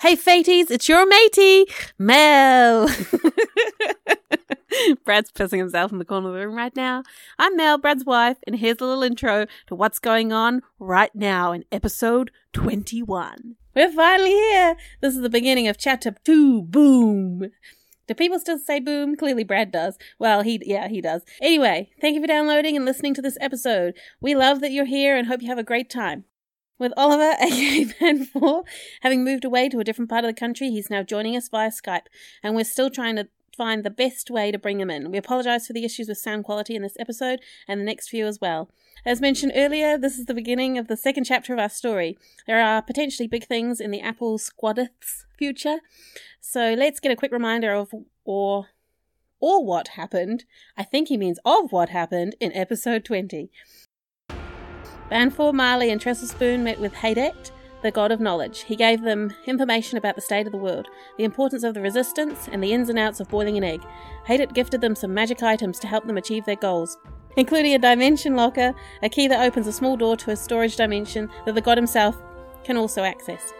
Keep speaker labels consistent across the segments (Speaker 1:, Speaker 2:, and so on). Speaker 1: Hey, Faties, it's your matey, Mel. Brad's pissing himself in the corner of the room right now. I'm Mel, Brad's wife, and here's a little intro to what's going on right now in episode 21. We're finally here. This is the beginning of chapter 2. Boom. Do people still say boom? Clearly, Brad does. Well, he, yeah, he does. Anyway, thank you for downloading and listening to this episode. We love that you're here and hope you have a great time. With Oliver, aka Man 4, having moved away to a different part of the country, he's now joining us via Skype, and we're still trying to find the best way to bring him in. We apologize for the issues with sound quality in this episode and the next few as well. As mentioned earlier, this is the beginning of the second chapter of our story. There are potentially big things in the Apple Squadith's future, so let's get a quick reminder of or or what happened. I think he means of what happened in episode 20. Banfor, Marley, and Trestlespoon met with Hadet, the god of knowledge. He gave them information about the state of the world, the importance of the resistance, and the ins and outs of boiling an egg. Hadet gifted them some magic items to help them achieve their goals, including a dimension locker, a key that opens a small door to a storage dimension that the god himself can also access.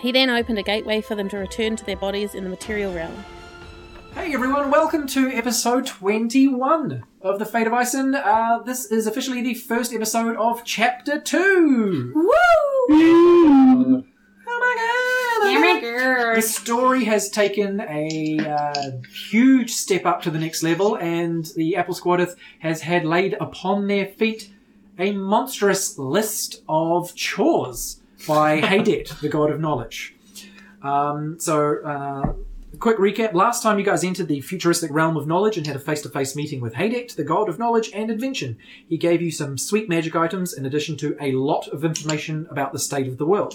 Speaker 1: He then opened a gateway for them to return to their bodies in the material realm.
Speaker 2: Hey everyone, welcome to episode 21 of The Fate of Ison. Uh, this is officially the first episode of chapter 2.
Speaker 1: Woo!
Speaker 2: Oh my god! The story has taken a uh, huge step up to the next level, and the Apple Squadeth has had laid upon their feet a monstrous list of chores by Haydet, the god of knowledge. Um, so, uh, quick recap. Last time you guys entered the futuristic realm of knowledge and had a face to face meeting with Haydet, the god of knowledge and invention. He gave you some sweet magic items in addition to a lot of information about the state of the world.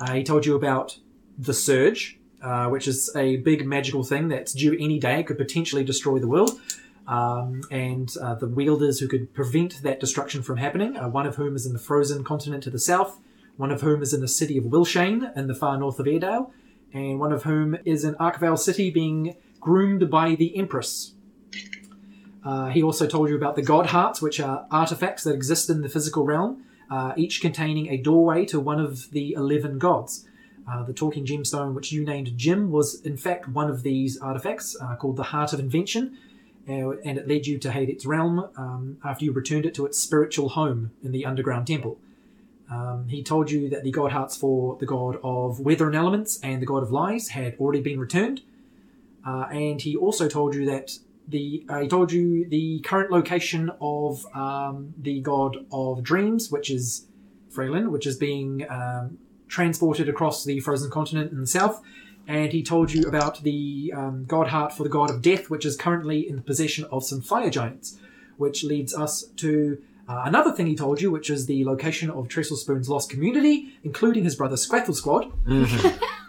Speaker 2: Uh, he told you about the surge, uh, which is a big magical thing that's due any day, could potentially destroy the world. Um, and uh, the wielders who could prevent that destruction from happening, uh, one of whom is in the frozen continent to the south, one of whom is in the city of Wilshane in the far north of Airdale, and one of whom is in Arkvale City being groomed by the Empress. Uh, he also told you about the God Hearts, which are artifacts that exist in the physical realm, uh, each containing a doorway to one of the 11 gods. Uh, the talking gemstone, which you named Jim, was in fact one of these artifacts uh, called the Heart of Invention, uh, and it led you to Hadet's realm um, after you returned it to its spiritual home in the underground temple. Um, he told you that the god hearts for the god of weather and elements and the god of lies had already been returned, uh, and he also told you that the uh, he told you the current location of um, the god of dreams, which is Freylin, which is being um, transported across the frozen continent in the south. And he told you about the um, god heart for the god of death, which is currently in the possession of some fire giants, which leads us to uh, another thing he told you, which is the location of Trestle Spoon's lost community, including his brother Squaffle Squad,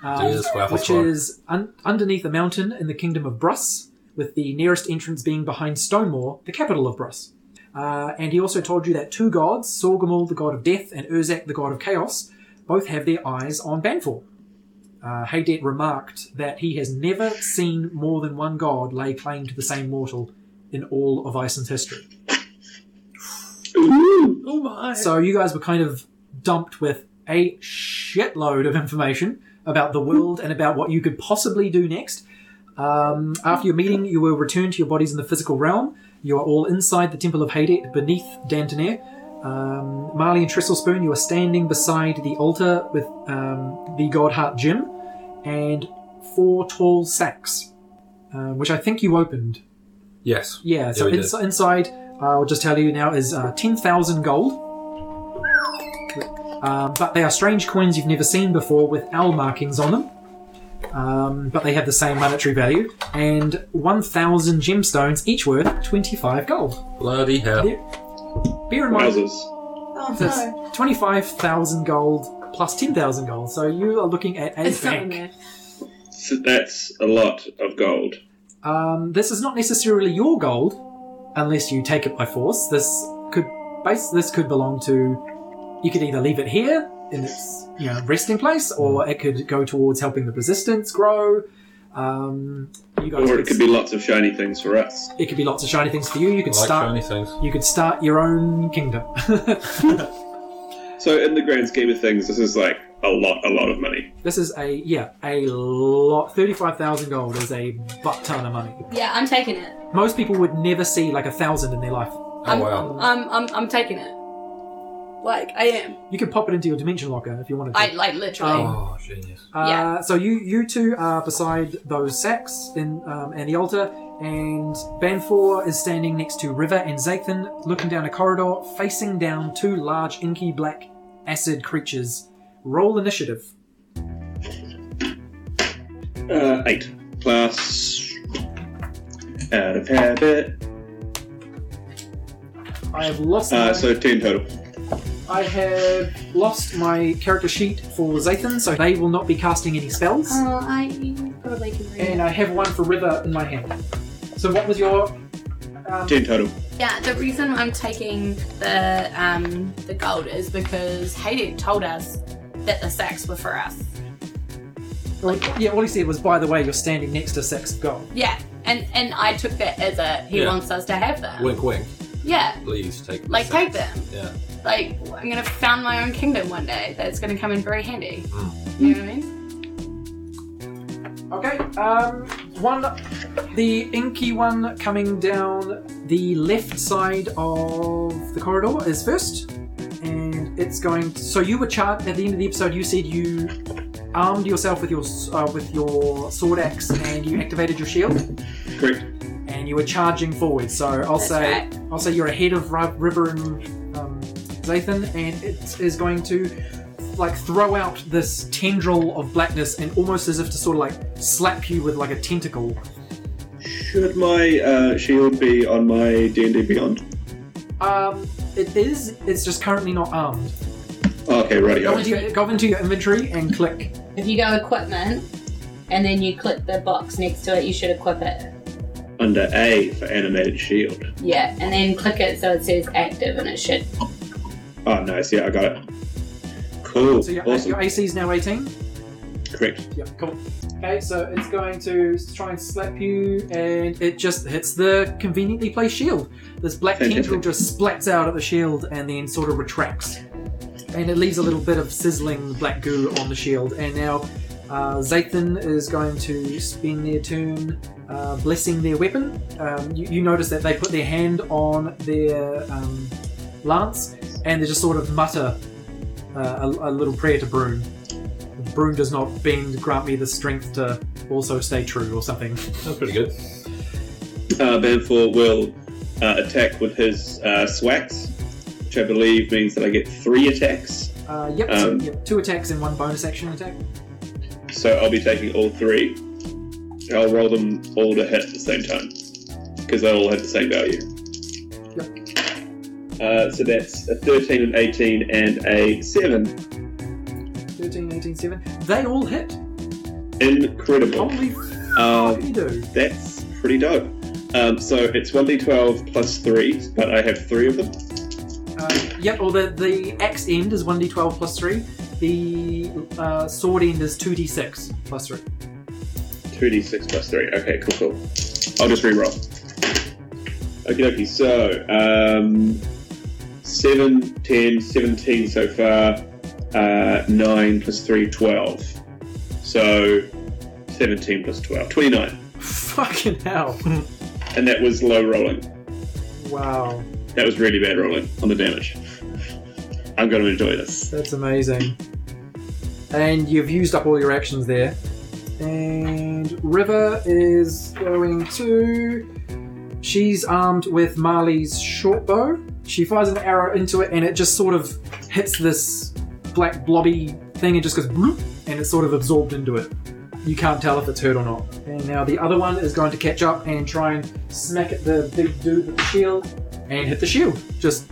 Speaker 2: um,
Speaker 3: Jesus, Squaffle
Speaker 2: which
Speaker 3: Squad.
Speaker 2: is un- underneath a mountain in the kingdom of Bruss, with the nearest entrance being behind Stonemore, the capital of Bruss. Uh, and he also told you that two gods, Sorgamul, the god of death, and Urzak, the god of chaos, both have their eyes on Banfor. Uh, Haydet remarked that he has never seen more than one god lay claim to the same mortal in all of Iceland's history.
Speaker 3: Oh my!
Speaker 2: So you guys were kind of dumped with a shitload of information about the world and about what you could possibly do next. Um, after your meeting, you were returned to your bodies in the physical realm. You are all inside the Temple of Hadet, beneath Dantonir. Um, Marley and Trestlespoon, you are standing beside the altar with um, the Godheart Jim and four tall sacks, um, which I think you opened.
Speaker 3: yes.
Speaker 2: Yeah, so
Speaker 3: we did.
Speaker 2: ins- inside, uh, I'll just tell you now, is uh, 10,000 gold. Um, but they are strange coins you've never seen before with owl markings on them. Um, but they have the same monetary value. And 1,000 gemstones, each worth 25 gold.
Speaker 3: Bloody hell!
Speaker 2: Yeah. Bear in mind,
Speaker 4: Wowzers.
Speaker 2: that's 25,000 gold plus 10,000 gold. So you are looking at a
Speaker 1: It's something
Speaker 2: bank.
Speaker 1: there.
Speaker 4: So that's a lot of gold.
Speaker 2: Um, this is not necessarily your gold, unless you take it by force. This could base this could belong to. You could either leave it here in its you know resting place, or
Speaker 3: Hmm.
Speaker 2: it could go towards helping the resistance grow. Um, you guys,
Speaker 4: Or it could be lots of shiny things for us.
Speaker 2: it could be lots of shiny things for you. You
Speaker 3: I
Speaker 2: could
Speaker 3: like
Speaker 2: start.
Speaker 3: shiny things.
Speaker 2: You could start your own kingdom.
Speaker 4: So, in the grand scheme of things, this is like a lot, a lot of money.
Speaker 2: This is a yeah, a lot. Thirty-five thousand gold is a butt ton of money.
Speaker 3: Yeah, I'm taking it.
Speaker 2: Most people would never see like a thousand in their life.
Speaker 3: I'm,
Speaker 5: Oh wow.
Speaker 3: I'm, I'm, I'm taking it. Like, I am.
Speaker 2: You could pop it into your dimension locker if you wanted to.
Speaker 3: I, like, literally.
Speaker 5: Oh genius.
Speaker 2: Uh,
Speaker 3: yeah.
Speaker 2: So you you two are beside those sacks in um, and the altar, and Banfor is standing next to River and Zathan, looking down a corridor, facing down two large inky black acid creatures. Roll initiative.
Speaker 4: Uh, eight plus out of habit.
Speaker 2: I have lost. my-
Speaker 4: Uh, so ten total.
Speaker 2: I have lost my character sheet for Zathan, so they will not be casting any spells.
Speaker 3: Oh, I probably can read
Speaker 2: And I have one for River in my hand. So what was your? Um,
Speaker 4: Ten total.
Speaker 3: Yeah, the reason I'm taking the um, the gold is because Hayden told us that the sacks were for us.
Speaker 2: like, yeah, all he said was, by the way, you're standing next to six gold.
Speaker 3: Yeah, and and I took that as a he
Speaker 5: Yeah.
Speaker 3: wants us to have them.
Speaker 5: Wink wink.
Speaker 3: Yeah,
Speaker 5: Please take. the
Speaker 3: like take
Speaker 5: sacks.
Speaker 3: them.
Speaker 5: Yeah.
Speaker 3: Like I'm gonna found my own kingdom one day. That's gonna come in very handy.
Speaker 5: Mm.
Speaker 3: You know what I mean?
Speaker 2: Okay. Um, one, the inky one coming down the left side of the corridor is first, and it's going. so you were charged at the end of the episode. You said you armed yourself with your s- uh, with your sword axe and you activated your shield.
Speaker 4: Correct.
Speaker 2: and you were charging forward. So I'll
Speaker 3: That's
Speaker 2: say
Speaker 3: right.
Speaker 2: I'll say you're ahead of Ri- River and um, Zathan, and it is going to like throw out this tendril of blackness and almost as if to sort of like slap you with like a tentacle.
Speaker 4: Should my uh, shield be on my D and D Beyond?
Speaker 2: Um, it is. It's just currently not armed.
Speaker 4: Okay, righty.
Speaker 2: Go into, your, go into your inventory and click.
Speaker 3: If you go equipment and then you click the box next to it, you should equip it.
Speaker 4: Under A for animated shield.
Speaker 3: Yeah, and then click it so it says active and it should.
Speaker 4: Oh, nice. Yeah, I got it. Cool.
Speaker 2: So your,
Speaker 4: awesome.
Speaker 2: your AC is now 18.
Speaker 4: Correct.
Speaker 2: Yeah, cool. Okay, so it's going to s- try and slap you, and it just hits the conveniently placed shield. This black
Speaker 4: Fantastic.
Speaker 2: tendril just splats out at the shield and then sort of retracts. And it leaves a little bit of sizzling black goo on the shield. And now uh, Zathan is going to spend their turn uh, blessing their weapon. Um, you, you notice that they put their hand on their um, lance and they just sort of mutter uh, a, a little prayer to Brune. Brune does not bend, grant me the strength to also stay true or something.
Speaker 5: That's pretty good.
Speaker 4: Uh, Banfor will uh, attack with his uh, swax, which I believe means that I get three attacks.
Speaker 2: Uh, yep, so,
Speaker 4: Um,
Speaker 2: yep, two attacks and one bonus action attack.
Speaker 4: So I'll be taking all three. I'll roll them all to hit at the same time because they all have the same value. Uh, so that's a 13, an 18, and a 7.
Speaker 2: 13, 18, 7. They all hit.
Speaker 4: Incredible.
Speaker 2: Holy f-
Speaker 4: Um,
Speaker 2: you do.
Speaker 4: That's pretty dope. Um, so it's 1d12 plus 3, but I have 3 of them.
Speaker 2: Uh, yep, or the, the axe end is 1d12 plus 3. The uh, sword end is 2d6 plus 3.
Speaker 4: 2d6 plus 3. Okay, cool, cool. I'll just reroll. Okie dokie, so um, 7, 10, 17 so far, uh, 9 plus 3, 12. So 17 plus 12, 29.
Speaker 2: Fucking hell.
Speaker 4: And that was low rolling.
Speaker 2: wow,
Speaker 4: That was really bad rolling on the damage. I'm going to enjoy this.
Speaker 2: that's amazing. And you've used up all your actions there. And River is going to. She's armed with Marley's short bow. She fires an arrow into it and it just sort of hits this black blobby thing and just goes bloop and it's sort of absorbed into it. You can't tell if it's hurt or not. And now the other one is going to catch up and try and smack at the big dude with the shield and hit the shield. Just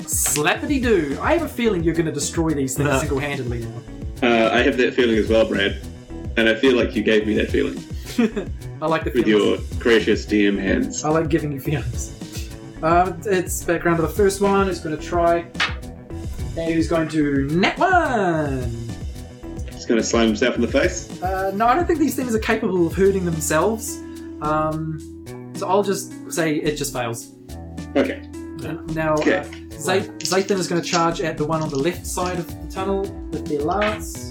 Speaker 2: slappity doo. I have a feeling you're going to destroy these things
Speaker 5: Nah.
Speaker 2: single handedly now.
Speaker 4: Uh, I have that feeling as well, Brad. And I feel like you gave me that feeling
Speaker 2: I like the
Speaker 4: with
Speaker 2: feelings.
Speaker 4: your gracious DM hands.
Speaker 2: I like giving you feelings. Uh, it's background to the first one. It's going to try. And he's going to net one.
Speaker 4: Just going to slam himself in the face.
Speaker 2: Uh, no, I don't think these things are capable of hurting themselves. Um, so I'll just say it just fails.
Speaker 4: Okay.
Speaker 2: And Now,
Speaker 4: Okay.
Speaker 2: uh, Zay- Zathan is going to charge at the one on the left side of the tunnel with their lance.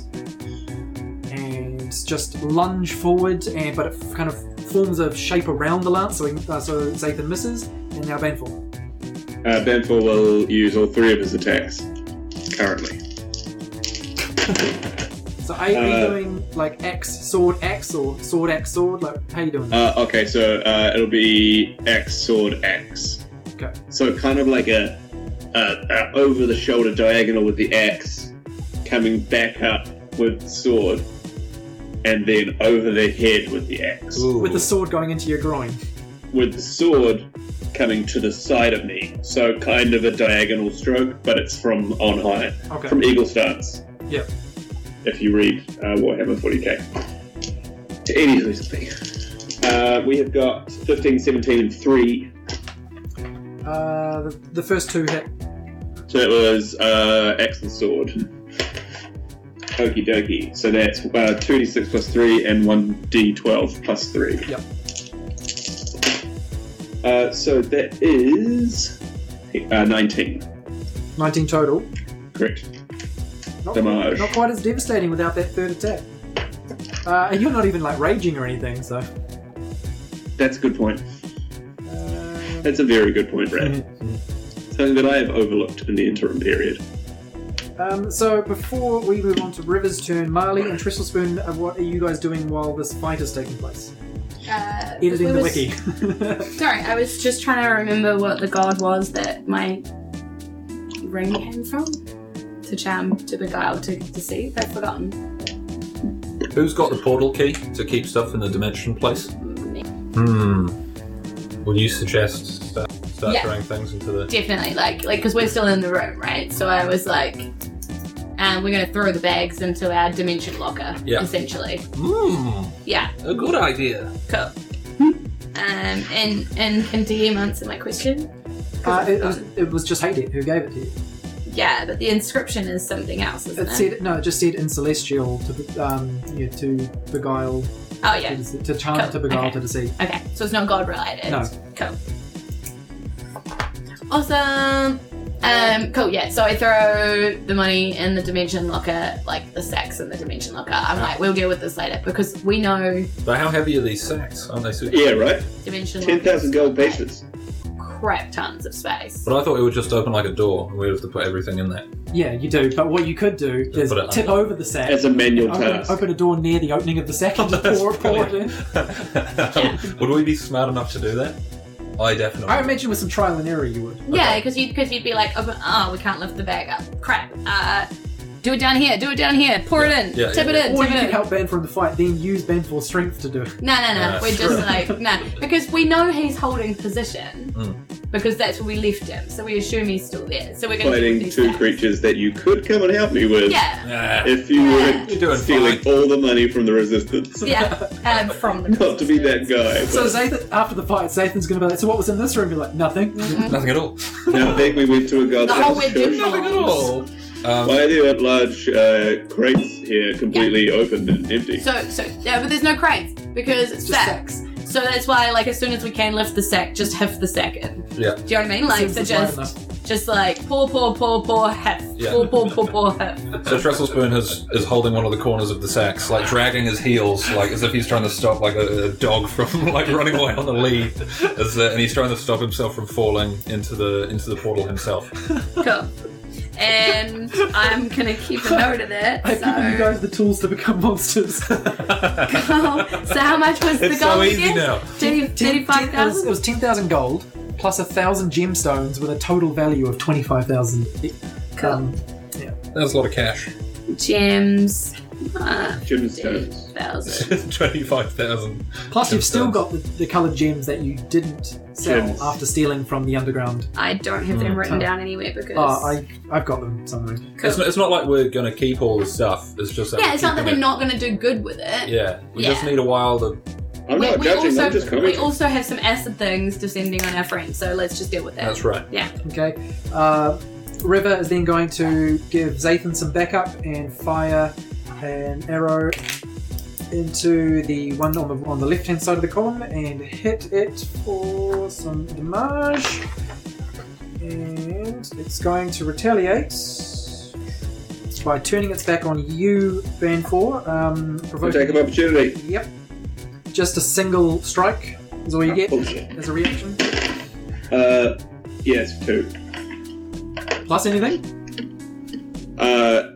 Speaker 2: blades just lunge forward, and but it kind of forms a shape around the lance, so, he, uh, so Zathan misses, and now Banful.
Speaker 4: Uh, Banfor will use all three of his attacks currently.
Speaker 2: So are, are you
Speaker 4: Uh,
Speaker 2: doing like axe, sword, axe, or sword, axe, sword? Like how you doing?
Speaker 4: Uh, okay, so uh, it'll be axe, sword, axe.
Speaker 2: Okay.
Speaker 4: So kind of like a, a, a over the shoulder diagonal with the axe, coming back up with the sword, and then over the head with the axe.
Speaker 2: With the sword going into your groin.
Speaker 4: With the sword coming to the side of me. So kind of a diagonal stroke, but it's from on high,
Speaker 2: Okay.
Speaker 4: from eagle stance.
Speaker 2: Yep.
Speaker 4: If you read uh, Warhammer 40k. To any who's thing. Uh, we have got 15, 17, and 3
Speaker 2: Uh, the, the first two hit.
Speaker 4: So it was uh, axe and sword. Okie dokie. So that's uh, 2d6 plus 3 and 1d12 plus 3.
Speaker 2: Yep.
Speaker 4: Uh, so that is uh, 19.
Speaker 2: 19 total.
Speaker 4: Correct.
Speaker 2: Not,
Speaker 4: Damage.
Speaker 2: not quite as devastating without that third attack. Uh, and you're not even like raging or anything, so.
Speaker 4: That's a good point.
Speaker 2: Uh,
Speaker 4: That's a very good point, Brad. Something that I have overlooked in the interim period.
Speaker 2: um, so before we move on to River's turn, Marley and Trestlespoon, uh, what are you guys doing while this fight is taking place?
Speaker 3: Uh,
Speaker 2: Editing
Speaker 3: it
Speaker 2: the
Speaker 3: was-
Speaker 2: wiki.
Speaker 3: Sorry, I was just trying to remember what the god was that my ring came from. To charm, to beguile, to deceive. I've forgotten.
Speaker 5: Who's got the portal key to keep stuff in the dimension place? Hmm. Will you suggest start, start
Speaker 3: Yeah.
Speaker 5: throwing things into the.
Speaker 3: Definitely, like, like, because we're still in the room, right? So I was like, um, we're gonna throw the bags into our dimension locker,
Speaker 5: Yeah.
Speaker 3: essentially.
Speaker 5: Hmm.
Speaker 3: Yeah.
Speaker 5: A good idea.
Speaker 3: Cool. Um, and and can DM answer my question? 'Cause
Speaker 2: uh, it,
Speaker 3: I've
Speaker 2: was,
Speaker 3: got-
Speaker 2: it was just Hayden who gave it to you.
Speaker 3: yeah, but the inscription is something else, isn't
Speaker 2: It
Speaker 3: it?
Speaker 2: said no. It just said in celestial to um, yeah, to beguile,
Speaker 3: Oh
Speaker 2: to,
Speaker 3: yeah.
Speaker 2: dece- to charm,
Speaker 3: Cool.
Speaker 2: to beguile,
Speaker 3: Okay.
Speaker 2: to deceive.
Speaker 3: Okay, so it's not god related.
Speaker 2: No.
Speaker 3: Cool. Awesome. Um, cool, yeah. So I throw the money in the dimension locker, like the sacks in the dimension locker. I'm like, we'll deal with this later because we know
Speaker 5: But how heavy are these sacks? Aren't they super?
Speaker 4: Yeah, right?
Speaker 3: dimension
Speaker 4: 10,000 gold pieces.
Speaker 3: crap tons of space.
Speaker 5: But I thought it would just open like a door and we'd have to put everything in there.
Speaker 2: Yeah, you do. But what you could do
Speaker 5: Just
Speaker 2: is
Speaker 5: put it
Speaker 2: tip over the sack.
Speaker 4: As a manual
Speaker 2: Open,
Speaker 4: task.
Speaker 2: open a door near the opening of the sack and just pour, pour it in.
Speaker 5: Would we be smart enough to do that? I definitely.
Speaker 2: I imagine with some trial and error you would.
Speaker 3: Yeah, because you'd because you'd be like, oh, but- oh, we can't lift the bag up. Crap. Uh, do it down here. Do it down here. Pour
Speaker 5: Yeah,
Speaker 3: it in.
Speaker 5: yeah,
Speaker 3: tip
Speaker 5: yeah,
Speaker 3: it
Speaker 5: yeah.
Speaker 3: in.
Speaker 2: Or
Speaker 3: tip
Speaker 2: you
Speaker 3: it in.
Speaker 2: could help Banfor in the fight, then use Banfor's strength to do it.
Speaker 3: No, no, no.
Speaker 5: Yeah,
Speaker 3: We're
Speaker 5: true.
Speaker 3: just like, no. Because we know he's holding position.
Speaker 5: Mm.
Speaker 3: Because that's where we left him. So we assume he's still there. So we're going
Speaker 4: Fighting
Speaker 3: to
Speaker 4: two creatures that you could come and help me with.
Speaker 3: Yeah.
Speaker 5: Ah,
Speaker 4: If you
Speaker 3: Yeah.
Speaker 5: You're
Speaker 4: weren't
Speaker 5: doing
Speaker 4: stealing all the money from the resistance.
Speaker 3: Yeah. Um, from the
Speaker 4: Not to be that guy.
Speaker 2: So
Speaker 4: but
Speaker 2: Zathan, after the fight, Zathan's going to be like, so what was in this room? You're like, nothing.
Speaker 3: Mm-hmm.
Speaker 5: Nothing at all.
Speaker 4: now I think we went to a
Speaker 3: The
Speaker 4: god's
Speaker 3: whole we're
Speaker 4: church.
Speaker 3: doing-
Speaker 5: Nothing at all. Um,
Speaker 4: Why are there large uh, crates here completely open and empty?
Speaker 3: So, so yeah, but there's no crates because it's
Speaker 2: just
Speaker 3: sacks. So that's why, like, as soon as we can lift the sack, just heft the sack in.
Speaker 5: Yeah.
Speaker 3: Do you know what I mean? Like,
Speaker 2: Seems
Speaker 3: so
Speaker 2: it's light
Speaker 3: just,
Speaker 2: enough.
Speaker 3: just like, pour, pour, pour, pour, heft.
Speaker 5: Yeah.
Speaker 3: Pour, pour, pour, pour, heft.
Speaker 5: so Trestlespoon is, is holding one of the corners of the sacks, like dragging his heels, like as if he's trying to stop like a, a dog from like running away on the lead, as, uh, and he's trying to stop himself from falling into the into the portal himself.
Speaker 3: Cool. And I'm gonna keep a note of that.
Speaker 2: I've given you
Speaker 3: So,
Speaker 2: guys the tools to become monsters.
Speaker 3: Cool. so how much was the
Speaker 5: It's so
Speaker 3: gold
Speaker 5: easy
Speaker 3: again?
Speaker 5: now.
Speaker 3: Thirty-
Speaker 2: Ten- ten- it was-
Speaker 3: 35,000?
Speaker 2: It was 10,000 gold plus a 1,000 gemstones with a total value of 25,000. Um,
Speaker 5: That's a lot of cash.
Speaker 3: Gems. Uh,
Speaker 4: Gemstones.
Speaker 3: 1,000.
Speaker 5: Twenty-five thousand.
Speaker 2: plus, you've still
Speaker 5: Gemstones.
Speaker 2: got the, the coloured gems that you didn't sell
Speaker 4: Gems.
Speaker 2: after stealing from the underground.
Speaker 3: I don't have them
Speaker 5: Mm.
Speaker 3: written down anywhere because.
Speaker 2: Oh, I, I've got them somewhere.
Speaker 3: Cool.
Speaker 5: It's not, it's not like we're gonna keep all the stuff. It's just that
Speaker 3: yeah, it's not that
Speaker 5: keeping
Speaker 3: we're not gonna do good with it.
Speaker 5: it- Yeah, we just
Speaker 3: Yeah.
Speaker 5: need a while to.
Speaker 4: I'm
Speaker 3: we,
Speaker 4: not
Speaker 3: we
Speaker 4: judging,
Speaker 3: also,
Speaker 4: I'm just
Speaker 3: we
Speaker 4: commenting.
Speaker 3: also have some acid things descending on our friends, so let's just deal with that.
Speaker 5: That's right.
Speaker 2: Okay. Uh, River is then going to give Zathan some backup and fire an arrow into the one on the, on the left hand side of the column and hit it for some damage. And it's going to retaliate. by turning its back on you, Banfor. Um,
Speaker 4: We'll
Speaker 2: provoking.
Speaker 4: take an opportunity.
Speaker 2: Yep. Just a single strike is all you get
Speaker 4: Oh, Bullshit.
Speaker 2: as a reaction.
Speaker 4: Uh, yes, two.
Speaker 2: Plus anything?
Speaker 4: Uh,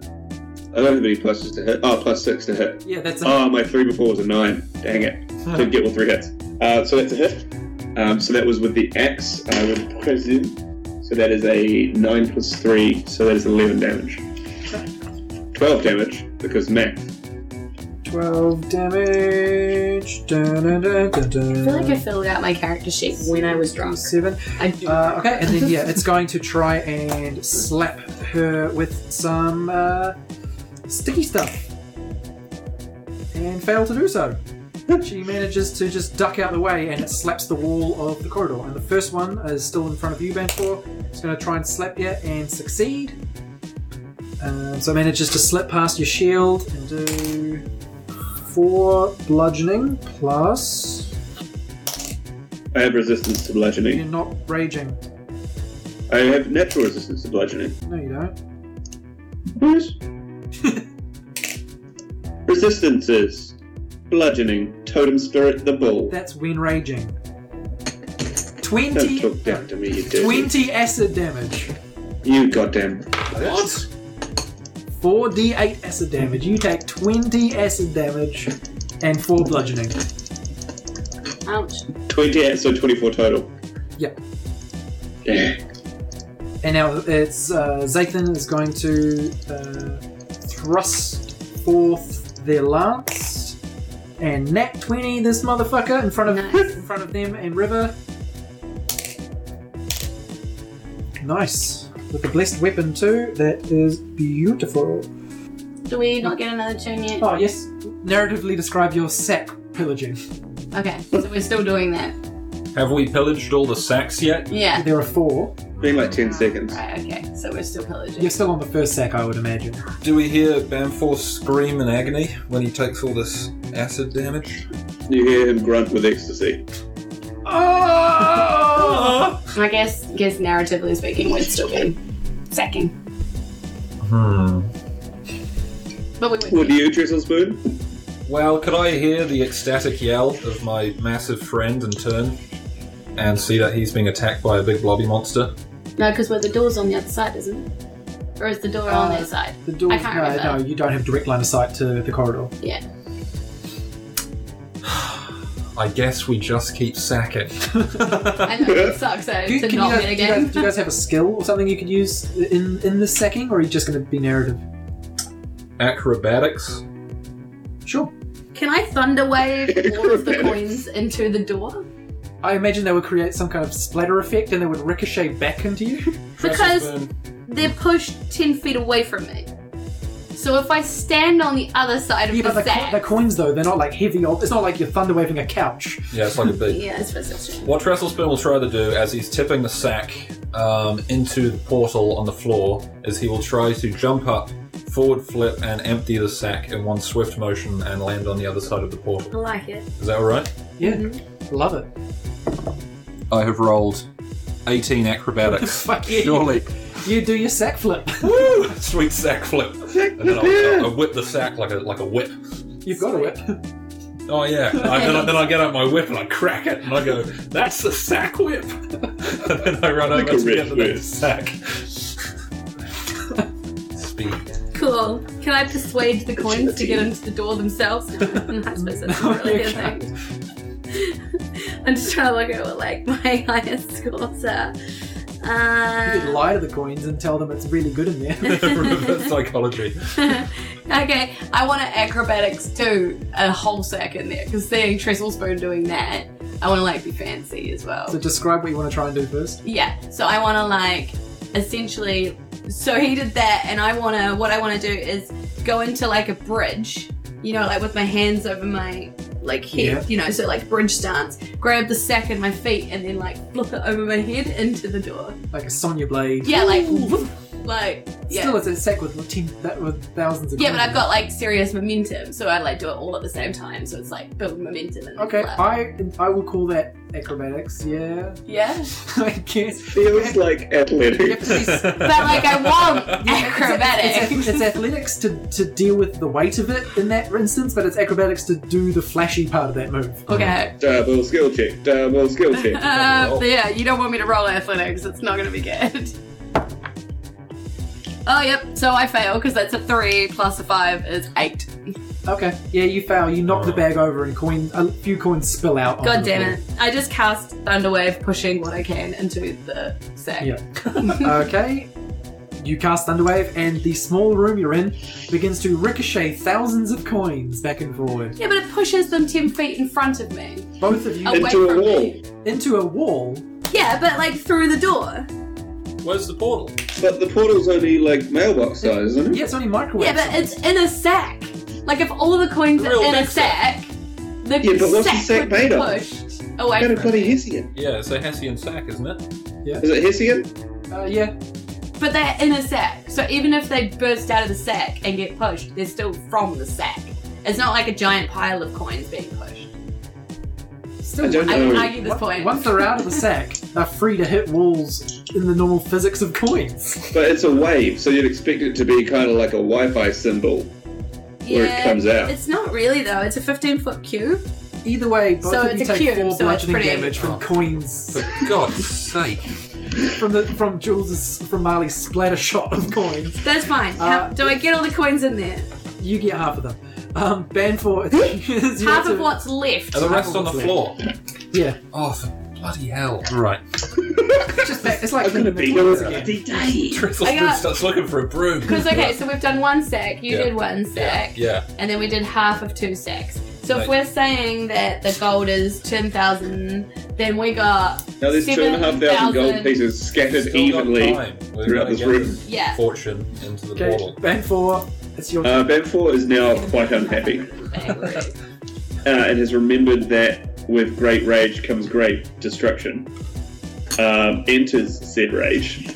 Speaker 4: I don't have any pluses to hit. Oh, plus six to hit.
Speaker 2: Yeah, that's it.
Speaker 4: Oh, my three before was a nine. Dang it. Didn't get all three hits. Uh, so that's a hit. Um, so that was with the axe. I would presume. So that is a nine plus three. So that is eleven damage. Twelve damage because math.
Speaker 2: 12 damage. Dun, dun, dun, dun,
Speaker 3: I feel like I
Speaker 2: dun.
Speaker 3: filled out my character sheet when I was drunk.
Speaker 2: 7.
Speaker 3: I do.
Speaker 2: Uh, okay, and then yeah, it's going to try and slap her with some uh, sticky stuff, and fail to do so. She manages to just duck out the way, and it slaps the wall of the corridor. And the first one is still in front of you, Banfor. It's going to try and slap you and succeed. Um, so it manages to slip past your shield and do four bludgeoning plus.
Speaker 4: I have resistance to
Speaker 2: You're
Speaker 4: bludgeoning.
Speaker 2: not raging.
Speaker 4: I have natural resistance to bludgeoning.
Speaker 2: No, you don't.
Speaker 4: Yes. Resistances. Bludgeoning. Totem spirit the bull.
Speaker 2: That's when raging.
Speaker 4: Don't
Speaker 2: 20,
Speaker 4: talk down to me, you dirty.
Speaker 2: 20 acid damage.
Speaker 4: You goddamn.
Speaker 5: What?
Speaker 2: 4d8 acid damage. You take 20 acid damage and 4 bludgeoning.
Speaker 3: Ouch.
Speaker 4: 20, so 24 total.
Speaker 2: Yep.
Speaker 4: Yeah.
Speaker 2: And now it's uh, Zathan is going to uh, thrust forth their lance and nat 20 this motherfucker in front of
Speaker 3: Nice.
Speaker 2: in front of them and River. Nice. With the blessed weapon too. That is beautiful.
Speaker 3: Do we not get another turn yet?
Speaker 2: Oh yes. Narratively describe your sack pillaging.
Speaker 3: Okay, so we're still doing that.
Speaker 5: Have we pillaged all the sacks yet?
Speaker 3: Yeah.
Speaker 2: There are four.
Speaker 4: Been like 10 seconds.
Speaker 3: Right, okay, so we're still pillaging.
Speaker 2: You're still on the first sack, I would imagine.
Speaker 5: Do we hear Bamfor scream in agony when he takes all this acid damage?
Speaker 4: You hear him grunt with ecstasy.
Speaker 2: Oh!
Speaker 3: I guess, guess narratively speaking, we'd still be sacking.
Speaker 5: Hmm.
Speaker 3: But we would.
Speaker 4: What do you, Drizzle Spoon?
Speaker 5: Well, could I hear the ecstatic yell of my massive friend and turn and see that he's being attacked by a big blobby monster?
Speaker 3: No, because where the door's on the other side, isn't it? Or is the door on
Speaker 2: Uh,
Speaker 3: their side?
Speaker 2: The door.
Speaker 3: I can't
Speaker 2: No,
Speaker 3: remember.
Speaker 2: no, you don't have direct line of sight to the corridor.
Speaker 3: Yeah.
Speaker 5: I guess we just keep sacking.
Speaker 3: I know, it sucks though,
Speaker 2: Do you-
Speaker 3: to
Speaker 2: can you
Speaker 3: not
Speaker 2: guys-
Speaker 3: win
Speaker 2: do you guys-
Speaker 3: again.
Speaker 2: do you guys have a skill or something you could use in in this sacking, or are you just going to be narrative?
Speaker 5: Acrobatics?
Speaker 2: Sure.
Speaker 3: Can I thunder wave all of the coins into the door?
Speaker 2: I imagine they would create some kind of splatter effect, and they would ricochet back into you.
Speaker 3: Because-
Speaker 5: Dresselspoon?
Speaker 3: They're pushed 10 feet away from me. So if I stand on the other side of
Speaker 2: yeah, but
Speaker 3: the
Speaker 2: the, co-
Speaker 3: sack.
Speaker 2: the coins though, they're not like heavy. ob- It's not like you're thunder waving a couch.
Speaker 5: Yeah, it's like a big.
Speaker 3: yeah, it's perception.
Speaker 5: What Dresselspoon will try to do as he's tipping the sack um, into the portal on the floor is he will try to jump up, forward flip, and empty the sack in one swift motion and land on the other side of the
Speaker 3: I
Speaker 5: portal.
Speaker 3: like it.
Speaker 5: Is that alright?
Speaker 2: Yeah,
Speaker 3: Mm-hmm.
Speaker 2: love it.
Speaker 5: I have rolled 18 acrobatics.
Speaker 2: Fuck yeah.
Speaker 5: Surely.
Speaker 2: You do your sack flip.
Speaker 5: Woo! Sweet sack flip. And then I'll, I'll whip the sack like a, like a whip.
Speaker 2: You've got a whip.
Speaker 5: Oh, yeah. I, then, I, then I get out my whip and I crack it and I go, that's the sack whip. and then I run
Speaker 4: Like
Speaker 5: over
Speaker 4: a
Speaker 5: to
Speaker 4: rich
Speaker 5: get the
Speaker 4: whip.
Speaker 5: next sack. Speed.
Speaker 3: Cool. Can I persuade the coins to get into the door themselves? Mm, I suppose that's not really a thing. I'm just trying to look at what like my highest scores are.
Speaker 2: You could
Speaker 3: Uh,
Speaker 2: lie to the coins and tell them it's really good in there.
Speaker 5: Reverse psychology.
Speaker 3: okay, I want to acrobatics too, a whole sack in there because seeing Trestle Spoon doing that, I want to like be fancy as well.
Speaker 2: So describe what you want to try and do first.
Speaker 3: Yeah. So I want to like essentially. So he did that, and I want to. What I want to do is go into like a bridge. You know, like with my hands over my like head.
Speaker 2: Yeah.
Speaker 3: You know, so like bridge stance. Grab the sack in my feet, and then like flip it over my head into the door.
Speaker 2: Like a Sonya blade.
Speaker 3: Yeah, like whoop, like Yeah.
Speaker 2: Still, it's a sack with, ten, that, with thousands of
Speaker 3: Yeah, but
Speaker 2: coins.
Speaker 3: I've got like serious momentum, so I like do it all at the same time. So it's like build momentum and
Speaker 2: Okay,
Speaker 3: flip.
Speaker 2: I I will call that acrobatics. Yeah,
Speaker 3: yeah.
Speaker 2: I guess.
Speaker 4: Feels like
Speaker 2: You have
Speaker 4: athletic.
Speaker 2: to be s-
Speaker 3: But like I want
Speaker 2: Yeah, it's- It's,
Speaker 3: acrobatic.
Speaker 2: it's, it's athletics to, to deal with the weight of it in that instance, but it's acrobatics to do the flashy part of that move.
Speaker 3: Okay.
Speaker 4: Double skill check. Double skill check.
Speaker 3: Uh, yeah, you don't want me to roll athletics. It's not gonna be good. Oh yep. So I fail because that's a three plus a five is eight.
Speaker 2: Okay. Yeah, you fail. You knock the bag over, and coin a few coins spill out.
Speaker 4: Oh,
Speaker 2: onto
Speaker 3: God
Speaker 2: the
Speaker 3: damn it! I just cast Thunderwave, pushing what I can into the sack.
Speaker 2: Yeah. floor. Okay. You cast Thunderwave, and the small room you're in begins to ricochet thousands of coins back and forward.
Speaker 3: Yeah, but it pushes them ten feet in front of me.
Speaker 2: Both of you
Speaker 3: Away
Speaker 4: Into a
Speaker 3: from
Speaker 4: wall.
Speaker 3: me.
Speaker 2: into a wall.
Speaker 3: Yeah, but like through the door.
Speaker 5: Where's the portal?
Speaker 4: But the portal's only like mailbox size, isn't it?
Speaker 2: Yeah, it's only microwave.
Speaker 3: Yeah, but it's in a sack. Like if all the coins
Speaker 5: The
Speaker 3: are
Speaker 5: real
Speaker 3: in a
Speaker 5: big
Speaker 3: sack, the
Speaker 4: Yeah, but what's the
Speaker 3: sack,
Speaker 4: sack
Speaker 3: would be
Speaker 4: made of?
Speaker 3: pushed away
Speaker 4: Kind of
Speaker 3: from
Speaker 4: bloody
Speaker 3: me.
Speaker 4: Hessian.
Speaker 5: Yeah, it's a Hessian sack, isn't it?
Speaker 4: Is it Hessian?
Speaker 2: uh, yeah.
Speaker 3: But they're in a sack, so even if they burst out of the sack and get pushed, they're still from the sack. It's not like a giant pile of coins being pushed.
Speaker 2: Still,
Speaker 4: I don't
Speaker 3: I can
Speaker 4: No.
Speaker 3: argue this
Speaker 2: Once-
Speaker 3: point.
Speaker 2: Once they're out of the sack, they're free to hit walls in the normal physics of coins.
Speaker 4: But it's a wave, so you'd expect it to be kind of like a Wi-Fi symbol. where it comes out.
Speaker 3: It's not really though. It's a 15 foot cube.
Speaker 2: Either way, both
Speaker 3: So
Speaker 2: of
Speaker 3: it's
Speaker 2: you
Speaker 3: a
Speaker 2: take
Speaker 3: cube,
Speaker 2: four
Speaker 3: so it's
Speaker 2: bludgeoning
Speaker 3: pretty-
Speaker 2: damage from
Speaker 5: Oh.
Speaker 2: coins
Speaker 5: For God's sake.
Speaker 2: from the from Jules' from Marley's splatter shot of coins.
Speaker 3: That's fine.
Speaker 2: Uh,
Speaker 3: How, do I get all the coins in there?
Speaker 2: You get half of them. Um, Banfor, it's, it's your
Speaker 3: Half of
Speaker 2: turn.
Speaker 3: what's left.
Speaker 5: Are the rest on the floor?
Speaker 2: Yeah,
Speaker 5: Oh, for bloody hell. Right.
Speaker 2: it's just that, it's like
Speaker 4: I'm gonna
Speaker 2: cleaning the
Speaker 4: be
Speaker 2: toilets
Speaker 4: there.
Speaker 2: again.
Speaker 5: Drizzle
Speaker 3: I got-
Speaker 5: starts looking for a broom.
Speaker 3: Because okay, so we've done one sack. You
Speaker 5: Yeah.
Speaker 3: did one
Speaker 5: Yeah,
Speaker 3: sack.
Speaker 5: yeah.
Speaker 3: and then we did half of two sacks. So if
Speaker 5: Right.
Speaker 3: we're saying that the gold is ten thousand, then we got
Speaker 4: Now there's two and a half thousand
Speaker 3: 7,000.
Speaker 4: gold pieces scattered
Speaker 5: Still got
Speaker 4: evenly
Speaker 5: time. We're
Speaker 4: throughout
Speaker 5: gonna
Speaker 4: this
Speaker 5: get
Speaker 4: room.
Speaker 3: yeah.
Speaker 5: Fortune into the
Speaker 2: Okay,
Speaker 5: portal.
Speaker 2: Banfor, it's your
Speaker 4: Uh, Benfor is now quite unhappy uh, and has remembered that with great rage comes great destruction. Um, enters said rage.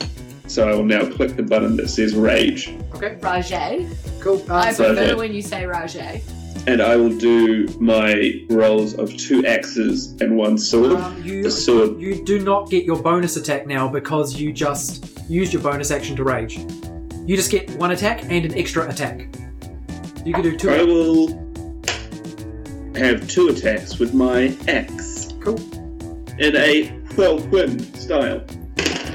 Speaker 4: So I will now click the button that says rage,
Speaker 2: okay.
Speaker 3: Rajay.
Speaker 2: Cool.
Speaker 3: I
Speaker 2: Uh, so,
Speaker 4: so-
Speaker 3: prefer
Speaker 4: Rajay.
Speaker 3: when you say Rajay.
Speaker 4: and I will do my rolls of two axes and one sword.
Speaker 2: um, you
Speaker 4: the sword.
Speaker 2: you do not get your bonus attack now because you just used your bonus action to rage. You just get one attack and an extra attack. You can do two.
Speaker 4: I will have two attacks with my axe
Speaker 2: Cool.
Speaker 4: in a well win style.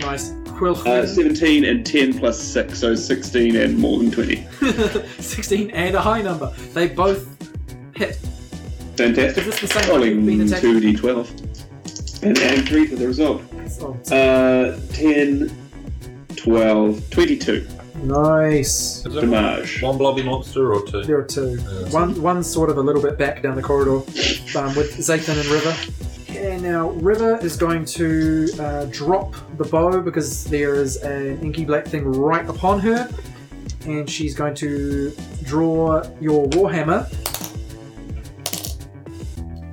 Speaker 2: Nice. Quill.
Speaker 4: Uh, 17 and 10 plus 6, so 16 and more than 20.
Speaker 2: 16 and a high number. They both hit. Is
Speaker 4: Fantastic.
Speaker 2: this the same one
Speaker 4: Rolling
Speaker 2: you've been attacking?
Speaker 4: 2d12. And add 3 for the result.
Speaker 2: Oh,
Speaker 4: Uh, 10, 12, 22
Speaker 2: nice.
Speaker 5: Is there
Speaker 4: damage.
Speaker 5: one blobby monster or two?
Speaker 2: There are two.
Speaker 5: Yeah.
Speaker 2: One, one's sort of a little bit back down the corridor um, with Zathan and River. And now River is going to uh, drop the bow because there is an inky black thing right upon her. And she's going to draw your warhammer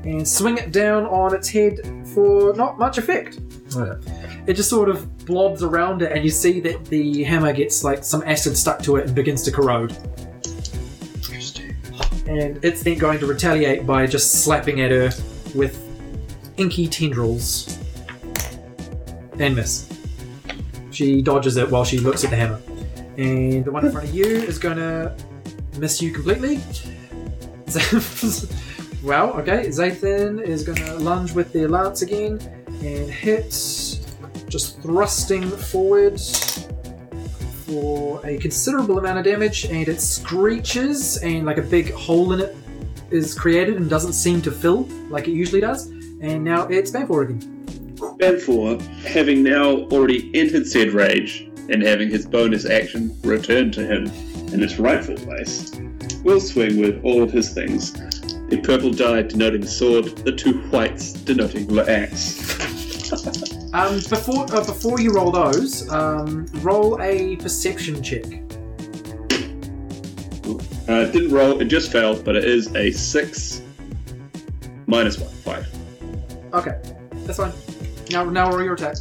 Speaker 2: and swing it down on its head for not much effect.
Speaker 5: Oh, Yeah.
Speaker 2: It just sort of blobs around it, and you see that the hammer gets like some acid stuck to it and begins to corrode. And it's then going to retaliate by just slapping at her with inky tendrils. And miss. She dodges it while she looks at the hammer. And the one in front of you is going to miss you completely. wow, okay. Zathan is going to lunge with their lance again and hit just thrusting forward for a considerable amount of damage, and it screeches, and like a big hole in it is created and doesn't seem to fill like it usually does. And now it's Banfor again.
Speaker 4: Balfour, having now already entered said rage and having his bonus action returned to him in its rightful place, will swing with all of his things. The purple die denoting sword, the two whites denoting the axe.
Speaker 2: Um, before uh, before you roll those, um, roll a perception check.
Speaker 4: Uh, it didn't roll, it just failed, but it is a six minus one, five.
Speaker 2: Okay, that's fine. Now now roll your attack.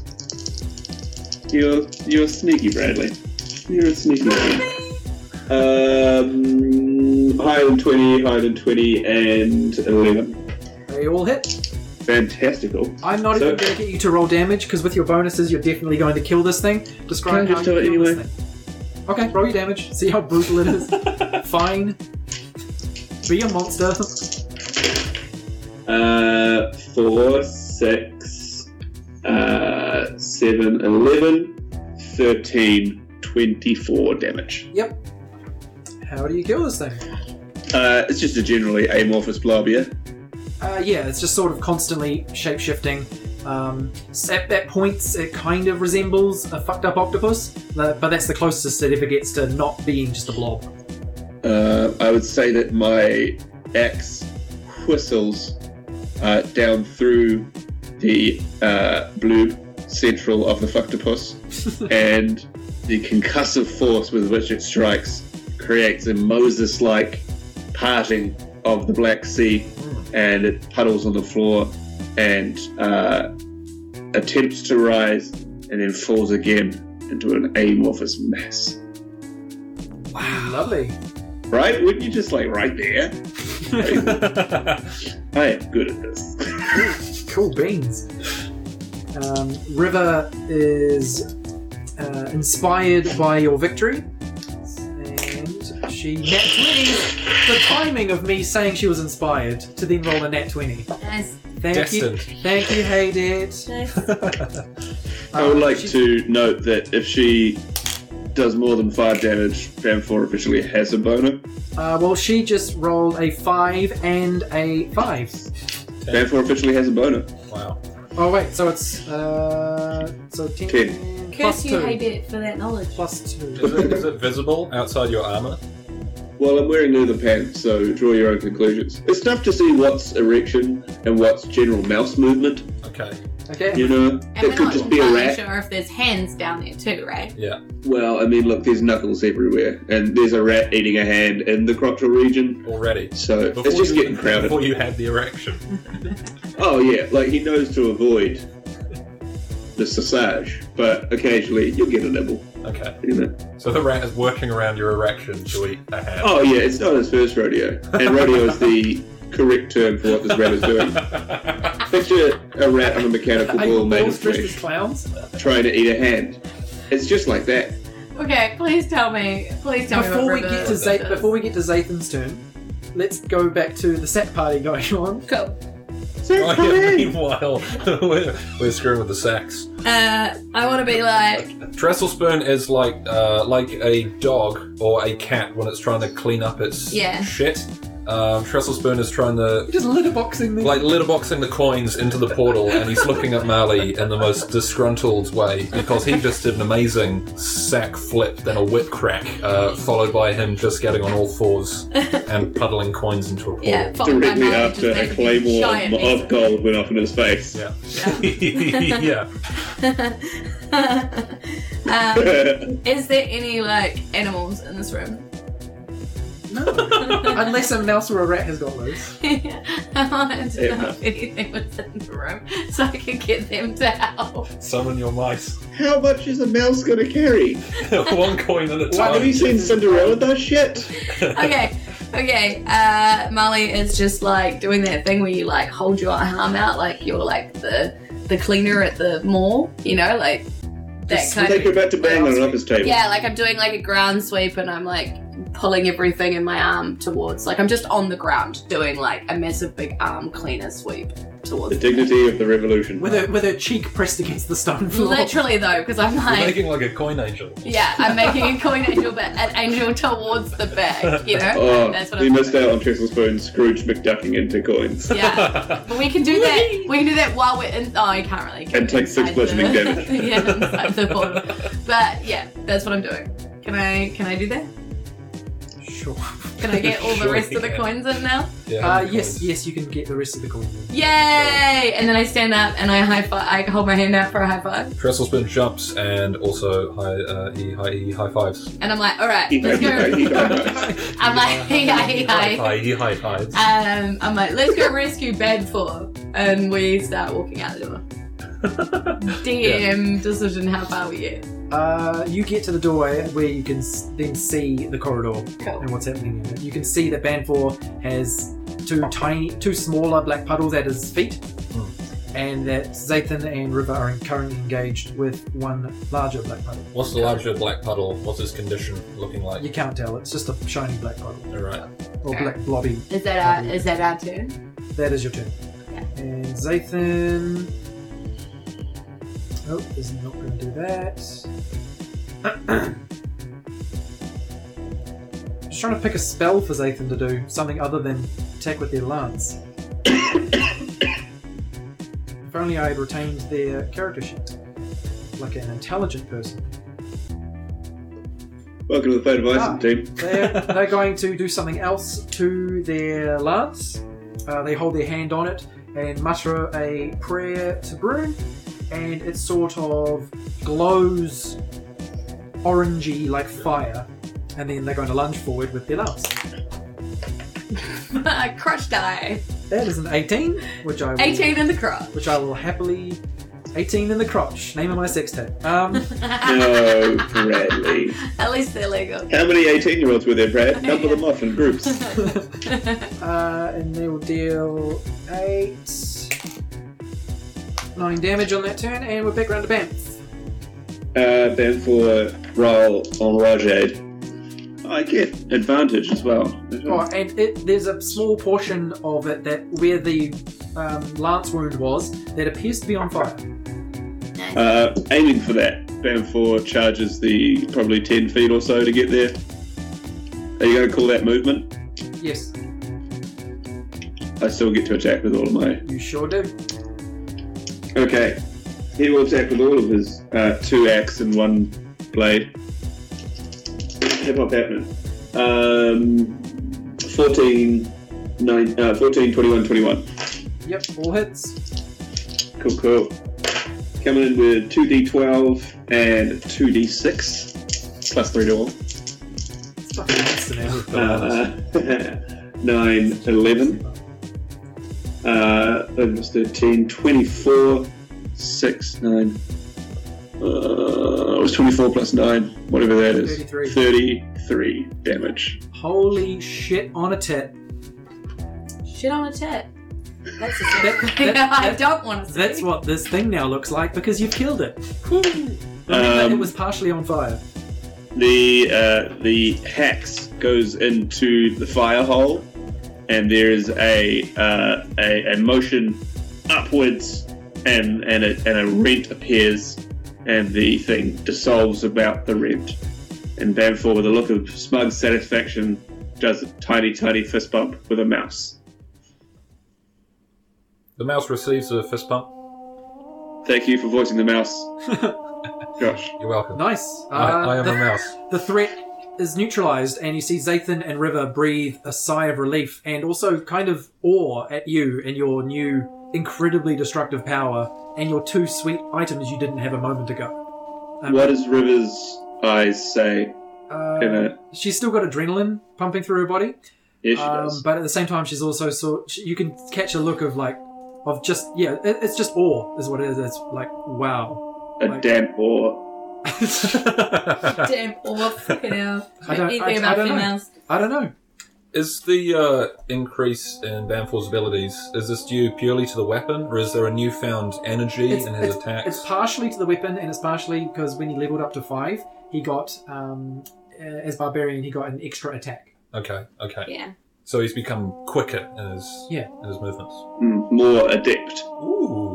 Speaker 4: You're, you're sneaky, Bradley. You're a sneaky one. Um, higher than 20, higher than 20, and 11.
Speaker 2: They all hit.
Speaker 4: Fantastical.
Speaker 2: I'm not
Speaker 4: So-
Speaker 2: even going to get you to roll damage because with your bonuses, you're definitely going to kill this thing. Describe
Speaker 4: Can I
Speaker 2: how you
Speaker 4: just do it
Speaker 2: kill
Speaker 4: anyway?
Speaker 2: this thing. Okay, roll your damage. See how brutal it is. Fine. Be a monster.
Speaker 4: Uh, 4, 6, uh, 7, 11, 13, 24 damage.
Speaker 2: Yep. How do you kill this thing?
Speaker 4: Uh, it's just a generally amorphous blob, yeah?
Speaker 2: Uh, yeah, it's just sort of constantly shape shifting. Um, s- at, at points, it kind of resembles a fucked up octopus, uh, but that's the closest it ever gets to not being just a blob.
Speaker 4: Uh, I would say that my axe whistles uh, down through the uh, blue central of the fucktopus, and the concussive force with which it strikes creates a Moses like parting of the Black Sea, and it puddles on the floor and uh, attempts to rise and then falls again into an amorphous mass.
Speaker 2: Lovely.
Speaker 4: Right? Wouldn't you just like right there? I am good at this.
Speaker 2: Cool beans. Um, River is uh, inspired by your victory, and she nat twenty. The timing of me saying she was inspired to then roll a nat twenty.
Speaker 3: Nice.
Speaker 2: Thank
Speaker 5: Destined.
Speaker 2: you, thank you, Haydad.
Speaker 3: Nice.
Speaker 4: I would
Speaker 2: Um,
Speaker 4: like
Speaker 2: she-
Speaker 4: to note that if she does more than five damage, Fanfor officially has a boner.
Speaker 2: Uh, well, she just rolled a five and a five.
Speaker 4: Fanfor officially has a boner.
Speaker 5: Wow.
Speaker 2: Oh wait, so it's uh, so ten,
Speaker 4: Ten.
Speaker 2: plus
Speaker 3: Curse you,
Speaker 2: two.
Speaker 3: Haydit, for that knowledge.
Speaker 2: Plus
Speaker 5: Is
Speaker 2: two.
Speaker 5: it, is it visible outside your armor?
Speaker 4: Well, I'm wearing leather pants, so draw your own conclusions. It's tough to see what's erection and what's general mouse movement.
Speaker 5: Okay.
Speaker 2: Okay.
Speaker 4: You know,
Speaker 3: And
Speaker 4: it
Speaker 3: we're
Speaker 4: could
Speaker 3: not
Speaker 4: just be a
Speaker 3: entirely
Speaker 4: rat.
Speaker 3: sure if there's hands down there too, right?
Speaker 5: Yeah.
Speaker 4: Well, I mean, look, there's knuckles everywhere, and there's a rat eating a hand in the crotchal region.
Speaker 5: Already.
Speaker 4: So it's just
Speaker 5: you,
Speaker 4: getting crowded.
Speaker 5: Before you had the erection.
Speaker 4: Oh yeah, like he knows to avoid the sausage, but occasionally you'll get a nibble,
Speaker 5: Okay.
Speaker 4: you know.
Speaker 5: So the rat is working around your erection to eat a hand.
Speaker 4: Oh yeah, it's not his first rodeo, and rodeo is the correct term for what this rat is doing. Picture a rat on a mechanical
Speaker 2: Are
Speaker 4: ball
Speaker 2: you
Speaker 4: made
Speaker 2: all
Speaker 4: of
Speaker 2: dressed as
Speaker 4: flesh
Speaker 2: clowns?
Speaker 4: trying to eat a hand. It's just like that.
Speaker 3: Okay, please tell me. Please tell me.
Speaker 2: Before
Speaker 3: what
Speaker 2: we
Speaker 3: River
Speaker 2: get to
Speaker 3: does.
Speaker 2: Za- before we get to Zathan's turn, let's go back to the sack party going on.
Speaker 3: Cool.
Speaker 5: Oh, yeah, meanwhile, we're, we're screwing with the sacks.
Speaker 3: Uh, I want to be like,
Speaker 5: Trestle spoon is like uh, like a dog or a cat when it's trying to clean up its
Speaker 3: Yeah.
Speaker 5: shit. Um, Trestle spoon is trying to
Speaker 2: Just litterboxing me.
Speaker 5: like litterboxing the coins into the portal, and he's looking at Marley in the most disgruntled way because he just did an amazing sack flip, then a whip crack, uh, followed by him just getting on all fours and puddling coins into a portal.
Speaker 3: yeah, fuck my
Speaker 4: Directly
Speaker 3: mouth, just
Speaker 4: after
Speaker 3: make
Speaker 4: a
Speaker 3: big
Speaker 4: claymore
Speaker 3: giant
Speaker 4: of, of
Speaker 3: mess.
Speaker 4: gold went off in his face.
Speaker 5: Yeah. yeah.
Speaker 3: um, is there any like animals in this room?
Speaker 2: Unless a mouse or a rat has got loose.
Speaker 3: I wanted to know if anything was in the room so I could get them to help.
Speaker 5: Summon your mice.
Speaker 4: How much is a mouse gonna carry?
Speaker 5: One coin at a
Speaker 4: Why have you
Speaker 5: time.
Speaker 4: seen Cinderella does shit?
Speaker 3: Okay, okay. Uh, Molly is just like doing that thing where you like hold your arm out like you're like the the cleaner at the mall, you know, like that
Speaker 4: Just
Speaker 3: kind
Speaker 4: like you're
Speaker 3: of.
Speaker 4: about to bang on an office table.
Speaker 3: Yeah, like I'm doing like a ground sweep and I'm like pulling everything in my arm towards. Like I'm just on the ground doing like a massive big arm cleaner sweep
Speaker 4: The
Speaker 3: towards.
Speaker 4: dignity of the revolution.
Speaker 2: With her with her cheek pressed against the stone floor.
Speaker 3: Literally though, because I'm
Speaker 5: You're
Speaker 3: like.
Speaker 5: making like a coin angel.
Speaker 3: Yeah, I'm making a coin angel, but an angel towards the bag, you know?
Speaker 4: Oh,
Speaker 3: That's what
Speaker 4: we
Speaker 3: I'm
Speaker 4: missed
Speaker 3: doing.
Speaker 4: out on Trestle Spoon Scrooge McDucking into coins.
Speaker 3: Yeah. But we can do that. We can do that while we're in. Oh, I can't really.
Speaker 4: And take six
Speaker 3: Inside
Speaker 4: bludgeoning
Speaker 3: the-
Speaker 4: damage.
Speaker 3: yeah, inside the bottle. But yeah, that's what I'm doing. Can I? Can I do that?
Speaker 2: Sure.
Speaker 3: Can I get all the
Speaker 5: Sure
Speaker 3: rest of the
Speaker 5: you can.
Speaker 3: coins in now?
Speaker 5: Yeah,
Speaker 2: Uh,
Speaker 5: coins.
Speaker 2: yes, yes, you can get the rest of the coin. then.
Speaker 3: Yay! And then I stand up and I high five. I hold my hand out for a high five,
Speaker 5: Trestle spin jumps and also high uh, he high he high fives.
Speaker 3: and I'm like, all right,
Speaker 4: He
Speaker 3: let's
Speaker 4: got- he got- he
Speaker 3: go.
Speaker 4: got nice.
Speaker 3: I'm like, hey, hey,
Speaker 5: He high
Speaker 3: hey.
Speaker 5: five, he high fives.
Speaker 3: Um, I'm like, let's go rescue Bad Four, and we start walking out the door. DM decision. How far we get?
Speaker 2: Uh, you get to the doorway where you can s- then see the corridor
Speaker 3: Cool.
Speaker 2: and what's happening in it. You can see that Banfor has two tiny, two smaller black puddles at his feet, and that Zathan and River are currently engaged with one larger black puddle.
Speaker 5: What's the larger black puddle? What's his condition looking like?
Speaker 2: You can't tell; it's just a shiny black puddle
Speaker 5: All right.
Speaker 2: or black blobby.
Speaker 3: Is that our is that our turn?
Speaker 2: That is your turn.
Speaker 3: Yeah.
Speaker 2: And Zathan. Oh, is not going to do that. Just trying to pick a spell for Zathan to do, something other than attack with their lance. if only I had retained their character sheet, like an intelligent person.
Speaker 4: Welcome to the Third Bison
Speaker 2: Ah.
Speaker 4: team.
Speaker 2: They're, they're going to do something else to their lance. Uh, they hold their hand on it and mutter a prayer to Brune, and it sort of glows orangey like fire. And then they're going to lunge forward with their lance.
Speaker 3: crush die.
Speaker 2: That is an 18, which I will,
Speaker 3: Eighteen in the crop.
Speaker 2: which I will happily. 18 in the crotch. Name of my sextet. Um,
Speaker 4: No, Bradley.
Speaker 3: At least they're legal.
Speaker 4: How many 18 year olds were there, Brad? Number them off in groups.
Speaker 2: uh, and they will deal eight, nine damage on that turn, and we're back round to Banff.
Speaker 4: Uh, then for roll on Rajade. I get advantage as well.
Speaker 2: Oh, and it, there's a small portion of it that where the um, lance wound was that appears to be on fire.
Speaker 4: Uh, aiming for that. Banfor charges the probably 10 feet or so to get there. Are you going to call that movement?
Speaker 2: Yes,
Speaker 4: I still get to attack with all of my.
Speaker 2: you sure do.
Speaker 4: Okay. He will attack with all of his uh, two axe and one blade. Hip hop happening. Um, 14, nine, uh, 14, 21, 21.
Speaker 2: Yep, all hits.
Speaker 4: Cool, cool. Coming in with 2d12 and 2d6, plus 3 to all.
Speaker 2: It's fucking nice now.
Speaker 4: Uh, 9, 11, uh, that was 13, 24, 6, 9. Uh, it was 24 plus 9, whatever that is.
Speaker 2: 33.
Speaker 4: 33 damage.
Speaker 2: Holy shit on a tit.
Speaker 3: Shit on a tit. That's the
Speaker 2: That-
Speaker 3: thing
Speaker 2: that-
Speaker 3: I
Speaker 2: that-
Speaker 3: don't want to see.
Speaker 2: That's what this thing now looks like because you've killed it. Remember,
Speaker 4: Um,
Speaker 2: it was partially on fire.
Speaker 4: The uh, the hex goes into the fire hole, and there is a uh, a, a motion upwards, and and a, and a rent appears, and the thing dissolves about the rent, and Bamfor, with a look of smug satisfaction, does a tiny tiny fist bump with a mouse.
Speaker 5: The mouse receives a fist pump.
Speaker 4: Thank you for voicing the mouse, Josh.
Speaker 5: You're welcome.
Speaker 2: Nice. Uh,
Speaker 5: I, I am
Speaker 2: the,
Speaker 5: a mouse.
Speaker 2: the threat is neutralized, and you see Zathan and River breathe a sigh of relief and also kind of awe at you and your new, incredibly destructive power and your two sweet items you didn't have a moment ago. Um,
Speaker 4: What does Rivers' eyes say? In
Speaker 2: Uh,
Speaker 4: a,
Speaker 2: she's still got adrenaline pumping through her body,
Speaker 4: yeah, she
Speaker 2: um,
Speaker 4: does.
Speaker 2: but at the same time, she's also sort. You can catch a look of like, of just yeah, it, it's just awe is what it is. It's like wow.
Speaker 4: A damp or
Speaker 5: is
Speaker 3: Damn, or fucking hell.
Speaker 2: I don't-
Speaker 3: Anything
Speaker 2: I- I
Speaker 3: about
Speaker 2: don't know.
Speaker 3: females.
Speaker 2: I don't know.
Speaker 5: the uh, increase in Banfor's abilities is this due purely to the weapon, or is there a newfound energy
Speaker 2: It's-
Speaker 5: in his
Speaker 2: It's
Speaker 5: attacks?
Speaker 2: partially to the weapon, and it's partially because when he leveled up to five, he got um, uh, as barbarian, he got an extra attack.
Speaker 5: okay, okay.
Speaker 3: Yeah.
Speaker 5: So he's become quicker in his
Speaker 2: Yeah.
Speaker 5: in his movements.
Speaker 4: mm, more adept.
Speaker 5: Ooh,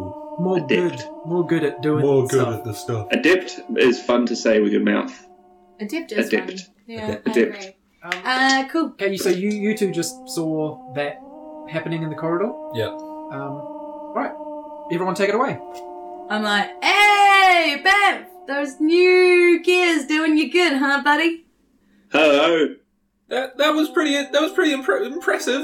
Speaker 2: More
Speaker 4: Adept.
Speaker 2: good, more good at doing
Speaker 5: more good
Speaker 2: stuff.
Speaker 5: at this stuff.
Speaker 4: Adept is fun to say with your mouth.
Speaker 3: Adept is fun.
Speaker 4: Adept.
Speaker 3: Yeah,
Speaker 5: Adept.
Speaker 3: I
Speaker 4: Adept.
Speaker 3: agree.
Speaker 2: Um,
Speaker 3: Uh, cool.
Speaker 2: okay, you- so you you two just saw that happening in the corridor.
Speaker 5: Yeah.
Speaker 2: Um, all right, everyone, take it away.
Speaker 3: I'm like, hey, Bamf, those new gears doing you good, huh, buddy?
Speaker 4: Hello.
Speaker 5: That that was pretty. That was pretty impre- impressive.